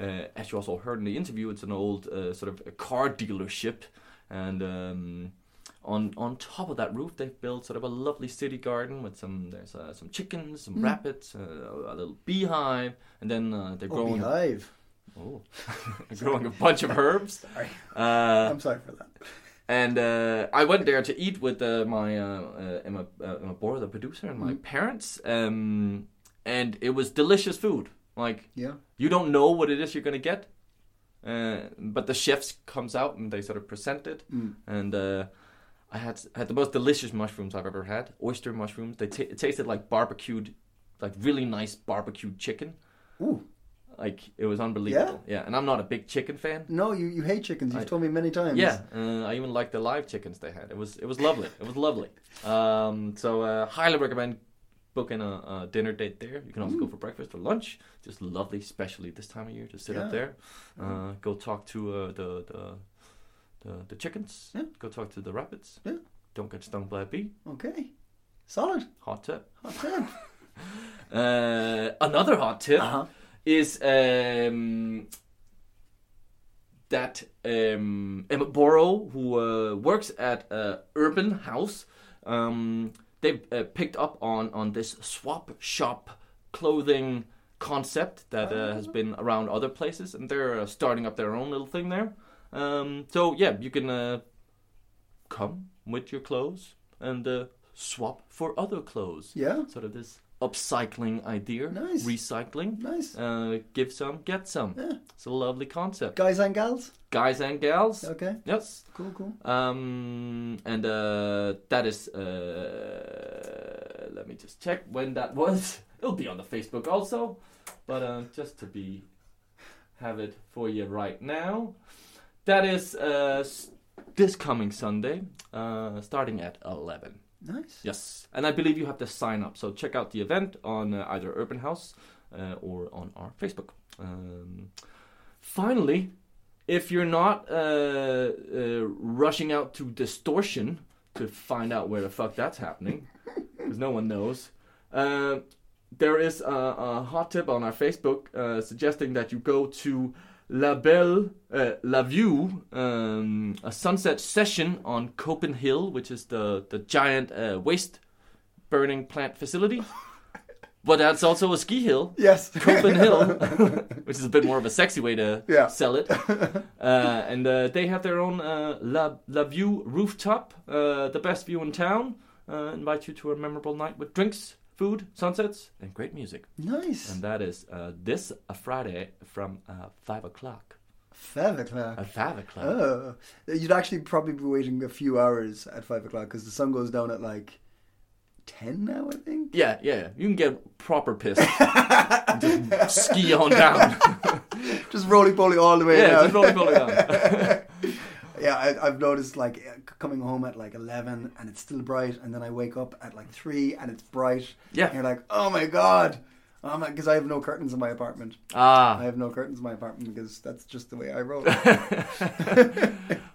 [SPEAKER 3] uh, as you also heard in the interview, it's an old uh, sort of a car dealership, and um, on on top of that roof, they've built sort of a lovely city garden with some there's uh, some chickens,
[SPEAKER 2] Mm.
[SPEAKER 3] some rabbits, uh, a little beehive, and then uh, they're
[SPEAKER 2] Oh,
[SPEAKER 3] growing
[SPEAKER 2] beehive.
[SPEAKER 3] oh, growing a bunch of herbs. Uh,
[SPEAKER 2] I'm sorry for that.
[SPEAKER 3] and uh, I went there to eat with uh, my uh, uh, Emma, uh, Emma Bora, the producer, and
[SPEAKER 2] Mm-hmm.
[SPEAKER 3] my parents. Um, and it was delicious food. Like
[SPEAKER 2] Yeah.
[SPEAKER 3] you don't know what it is you're gonna get, uh, but the chefs comes out and they sort of present it. And uh, I had had the most delicious mushrooms I've ever had. Oyster mushrooms. They t- it tasted like barbecued, like really nice barbecued chicken.
[SPEAKER 2] Ooh.
[SPEAKER 3] Like it was unbelievable. Yeah. And I'm not a big chicken fan.
[SPEAKER 2] No, you, you hate chickens. You've
[SPEAKER 3] I-
[SPEAKER 2] told me many times.
[SPEAKER 3] Yeah, uh, I even liked the live chickens they had. It was it was lovely. It was lovely. Um, so uh, highly recommend booking a, a dinner date there. You can
[SPEAKER 2] Mm.
[SPEAKER 3] also go for breakfast or lunch. Just lovely, especially this time of year to sit up
[SPEAKER 2] Yeah.
[SPEAKER 3] there, uh, go talk to uh, the, the the the chickens.
[SPEAKER 2] Yeah.
[SPEAKER 3] Go talk to the rabbits.
[SPEAKER 2] Yeah.
[SPEAKER 3] Don't get stung by a bee.
[SPEAKER 2] Okay. Solid.
[SPEAKER 3] Hot tip.
[SPEAKER 2] Hot tip.
[SPEAKER 3] Uh, another hot tip
[SPEAKER 2] Uh-huh.
[SPEAKER 3] is um, that um, Emma Borrow, who uh, works at uh, Urban House, um, they uh, picked up on on this swap shop clothing concept that uh,
[SPEAKER 2] Oh.
[SPEAKER 3] has been around other places, and they're uh, starting up their own little thing there. Um, so yeah, you can uh, come with your clothes and uh, swap for other clothes
[SPEAKER 2] Yeah.
[SPEAKER 3] sort of this upcycling idea,
[SPEAKER 2] Nice.
[SPEAKER 3] recycling.
[SPEAKER 2] Nice.
[SPEAKER 3] Uh, give some, get some.
[SPEAKER 2] Yeah.
[SPEAKER 3] It's a lovely concept,
[SPEAKER 2] Guys and gals.
[SPEAKER 3] guys and gals.
[SPEAKER 2] Okay.
[SPEAKER 3] Yes.
[SPEAKER 2] Cool, cool.
[SPEAKER 3] Um, and uh, that is. Uh, let me just check when that was. It'll be on the Facebook also, but uh, just to be have it for you right now. That is uh, s- this coming Sunday, uh, starting at eleven.
[SPEAKER 2] Nice.
[SPEAKER 3] Yes, and I believe you have to sign up. So check out the event on uh, either Urban House uh, or on our Facebook. Um, finally, if you're not uh, uh, rushing out to Distortion to find out where the fuck that's happening, because no one knows, uh, there is a, a hot tip on our Facebook uh, suggesting that you go to La Belle, uh, La Vue, um, a sunset session on Copenhagen Hill, which is the, the giant uh, waste burning plant facility. but that's also a ski hill.
[SPEAKER 2] Yes.
[SPEAKER 3] Copen Hill, which is a bit more of a sexy way to
[SPEAKER 2] Yeah.
[SPEAKER 3] sell it. Uh, and uh, they have their own uh, La, La View rooftop, uh, the best view in town. Uh, invite you to a memorable night with drinks, food, sunsets, and great music.
[SPEAKER 2] nice.
[SPEAKER 3] And that is uh, this uh, Friday from uh, 5 o'clock.
[SPEAKER 2] Five o'clock.
[SPEAKER 3] At 5 o'clock.
[SPEAKER 2] Oh, you'd actually probably be waiting a few hours at five o'clock because the sun goes down at like ten now, I think.
[SPEAKER 3] Yeah, yeah. You can get proper pissed. And just ski on down.
[SPEAKER 2] Just roly poly all the way
[SPEAKER 3] yeah,
[SPEAKER 2] down.
[SPEAKER 3] just roll, roll down.
[SPEAKER 2] yeah, I, I've noticed like uh, c- coming home at like eleven and it's still bright, and then I wake up at like three and it's bright.
[SPEAKER 3] Yeah.
[SPEAKER 2] and you're like, oh my god, oh my, because I have no curtains in my apartment.
[SPEAKER 3] Ah.
[SPEAKER 2] I have no curtains in my apartment because that's just the way I roll.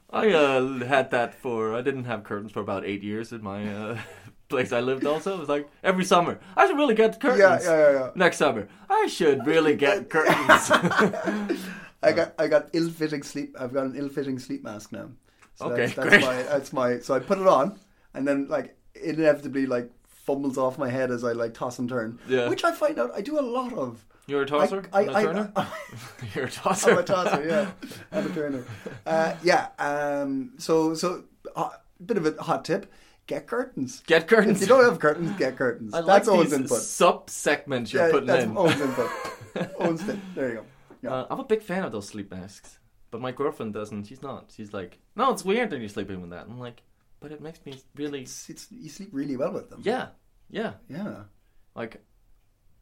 [SPEAKER 3] I uh, had that for I didn't have curtains for about eight years in my uh, place I lived. Also, it was like every summer I should really get curtains.
[SPEAKER 2] yeah, yeah, yeah.
[SPEAKER 3] Next summer I should really get curtains. Oh.
[SPEAKER 2] I got I got ill fitting sleep. I've got an ill fitting sleep mask now. So
[SPEAKER 3] Okay,
[SPEAKER 2] that's, that's
[SPEAKER 3] great.
[SPEAKER 2] my that's my. So I put it on, and then like inevitably like fumbles off my head as I like toss and turn.
[SPEAKER 3] Yeah.
[SPEAKER 2] Which I find out I do a lot of.
[SPEAKER 3] You're a tosser.
[SPEAKER 2] I,
[SPEAKER 3] and a
[SPEAKER 2] I,
[SPEAKER 3] turner?
[SPEAKER 2] I,
[SPEAKER 3] You're a tosser.
[SPEAKER 2] I'm a tosser. Yeah, I'm a turner. Uh, yeah. Um. So so a bit of a hot tip: get curtains.
[SPEAKER 3] Get curtains.
[SPEAKER 2] If you don't have curtains, get curtains.
[SPEAKER 3] I
[SPEAKER 2] that's
[SPEAKER 3] like
[SPEAKER 2] Owen's
[SPEAKER 3] these
[SPEAKER 2] input.
[SPEAKER 3] sub segments you're
[SPEAKER 2] yeah,
[SPEAKER 3] putting
[SPEAKER 2] that's
[SPEAKER 3] in.
[SPEAKER 2] Owen's input. Owen's tip. There you go. Yeah.
[SPEAKER 3] Uh, I'm a big fan of those sleep masks, but my girlfriend doesn't. She's not. She's like, no, it's weird that you're sleeping with that. I'm like, but it makes me really.
[SPEAKER 2] It's- it's- you sleep really well with them.
[SPEAKER 3] Yeah, yeah.
[SPEAKER 2] Yeah.
[SPEAKER 3] Like,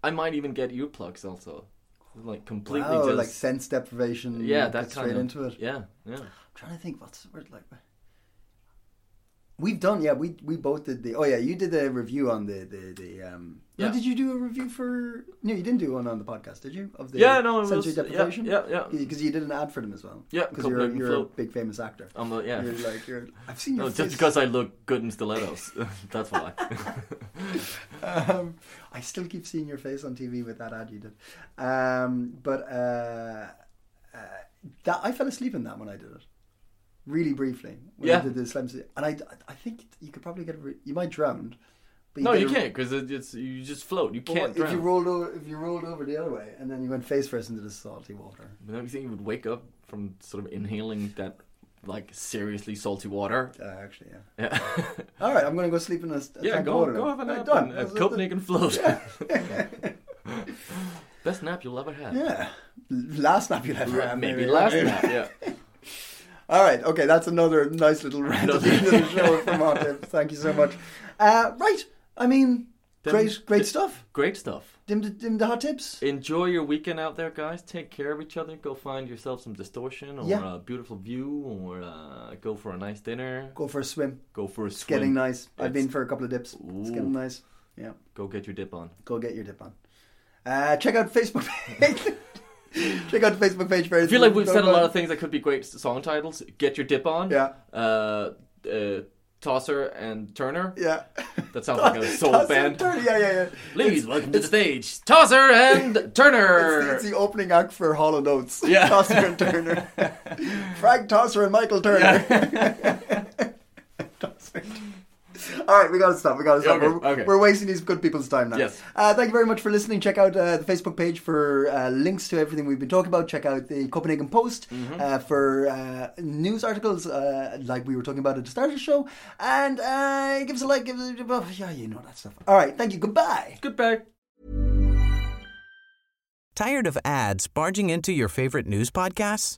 [SPEAKER 3] I might even get earplugs also. Like completely
[SPEAKER 2] Wow,
[SPEAKER 3] just
[SPEAKER 2] like sense deprivation.
[SPEAKER 3] yeah,
[SPEAKER 2] get
[SPEAKER 3] that
[SPEAKER 2] straight
[SPEAKER 3] kind of
[SPEAKER 2] into it.
[SPEAKER 3] yeah, yeah.
[SPEAKER 2] I'm trying to think what's the word like. We've done, yeah. We we both did the. Oh yeah, you did the review on the the the. Um, no,
[SPEAKER 3] Yeah.
[SPEAKER 2] did you do a review for? No, you didn't do one on the podcast, did you? Of the
[SPEAKER 3] Yeah, no, it
[SPEAKER 2] sensory
[SPEAKER 3] was- yeah,
[SPEAKER 2] deprivation.
[SPEAKER 3] yeah, yeah.
[SPEAKER 2] Because you did an ad for them as well.
[SPEAKER 3] Yeah,
[SPEAKER 2] because you're,
[SPEAKER 3] Copenhagen
[SPEAKER 2] you're a
[SPEAKER 3] Float.
[SPEAKER 2] big famous actor.
[SPEAKER 3] I'm like, yeah.
[SPEAKER 2] You're like you're. I've seen your
[SPEAKER 3] No,
[SPEAKER 2] face.
[SPEAKER 3] just because I look good in stilettos. That's why.
[SPEAKER 2] um, I still keep seeing your face on TV with that ad you did. Um, but uh, uh, that I fell asleep in that when I did it, really briefly. When I
[SPEAKER 3] Yeah.
[SPEAKER 2] did the slime se- and I, I think you could probably get a re- you might drown. But
[SPEAKER 3] no,
[SPEAKER 2] get
[SPEAKER 3] you
[SPEAKER 2] a-
[SPEAKER 3] can't because it, it's you just float. You
[SPEAKER 2] Well,
[SPEAKER 3] can't
[SPEAKER 2] if you
[SPEAKER 3] drown.
[SPEAKER 2] rolled over, if you rolled over the other way, and then you went face first into the salty water.
[SPEAKER 3] But don't you think you would wake up from sort of inhaling that like seriously salty water?
[SPEAKER 2] Uh, actually, yeah.
[SPEAKER 3] Yeah,
[SPEAKER 2] All right, I'm going to go sleep in a, a
[SPEAKER 3] yeah.
[SPEAKER 2] tank of
[SPEAKER 3] Go,
[SPEAKER 2] water.
[SPEAKER 3] go
[SPEAKER 2] now.
[SPEAKER 3] have uh, a
[SPEAKER 2] Right,
[SPEAKER 3] nap.
[SPEAKER 2] done.
[SPEAKER 3] and-
[SPEAKER 2] That's
[SPEAKER 3] and
[SPEAKER 2] it.
[SPEAKER 3] Copenhagen float. Best nap you'll ever have.
[SPEAKER 2] Yeah. Last nap you'll ever have.
[SPEAKER 3] Maybe last nap. Yeah.
[SPEAKER 2] All right, okay, that's another nice little rant at the end of the show from Artem. Thank you so much. Uh, right, I mean,
[SPEAKER 3] Dim-
[SPEAKER 2] great, great
[SPEAKER 3] di-
[SPEAKER 2] stuff.
[SPEAKER 3] Great stuff.
[SPEAKER 2] Dim, the- dim the hot tips.
[SPEAKER 3] Enjoy your weekend out there, guys. Take care of each other. Go find yourself some distortion or
[SPEAKER 2] Yeah.
[SPEAKER 3] a beautiful view or uh, go for a nice dinner.
[SPEAKER 2] Go for a swim.
[SPEAKER 3] Go for a
[SPEAKER 2] It's
[SPEAKER 3] swim.
[SPEAKER 2] getting nice. I've been
[SPEAKER 3] It's-
[SPEAKER 2] for a couple of dips. It's getting
[SPEAKER 3] Ooh.
[SPEAKER 2] nice. Yeah,
[SPEAKER 3] Go get your dip on.
[SPEAKER 2] go get your dip on. Uh, check out Facebook page. check out the Facebook page.
[SPEAKER 3] I feel like we've said a lot of things that could be great s- song titles. Get your dip on.
[SPEAKER 2] Yeah.
[SPEAKER 3] Uh, uh, Tosser and Turner.
[SPEAKER 2] Yeah.
[SPEAKER 3] That sounds like a soul
[SPEAKER 2] That's
[SPEAKER 3] band.
[SPEAKER 2] so dirty. Yeah, yeah, yeah.
[SPEAKER 3] Ladies, welcome to the stage. Tosser and Turner.
[SPEAKER 2] It's the, it's the opening act for Hollow Notes.
[SPEAKER 3] Yeah.
[SPEAKER 2] Tosser and Turner. Frank Tosser and Michael Turner. Tosser and Turner. All right, we gotta stop. We gotta stop.
[SPEAKER 3] Okay,
[SPEAKER 2] we're,
[SPEAKER 3] okay.
[SPEAKER 2] we're wasting these good people's time now.
[SPEAKER 3] Yes.
[SPEAKER 2] Uh, thank you very much for listening. Check out uh, the Facebook page for uh, links to everything we've been talking about. Check out the Copenhagen Post
[SPEAKER 3] Mm-hmm.
[SPEAKER 2] uh, for uh, news articles uh, like we were talking about at the start of the show. And uh, give us a like. Give us a, oh, yeah, you know that stuff. All right, thank you. Goodbye.
[SPEAKER 3] Goodbye.
[SPEAKER 6] Tired of ads barging into your favorite news podcasts?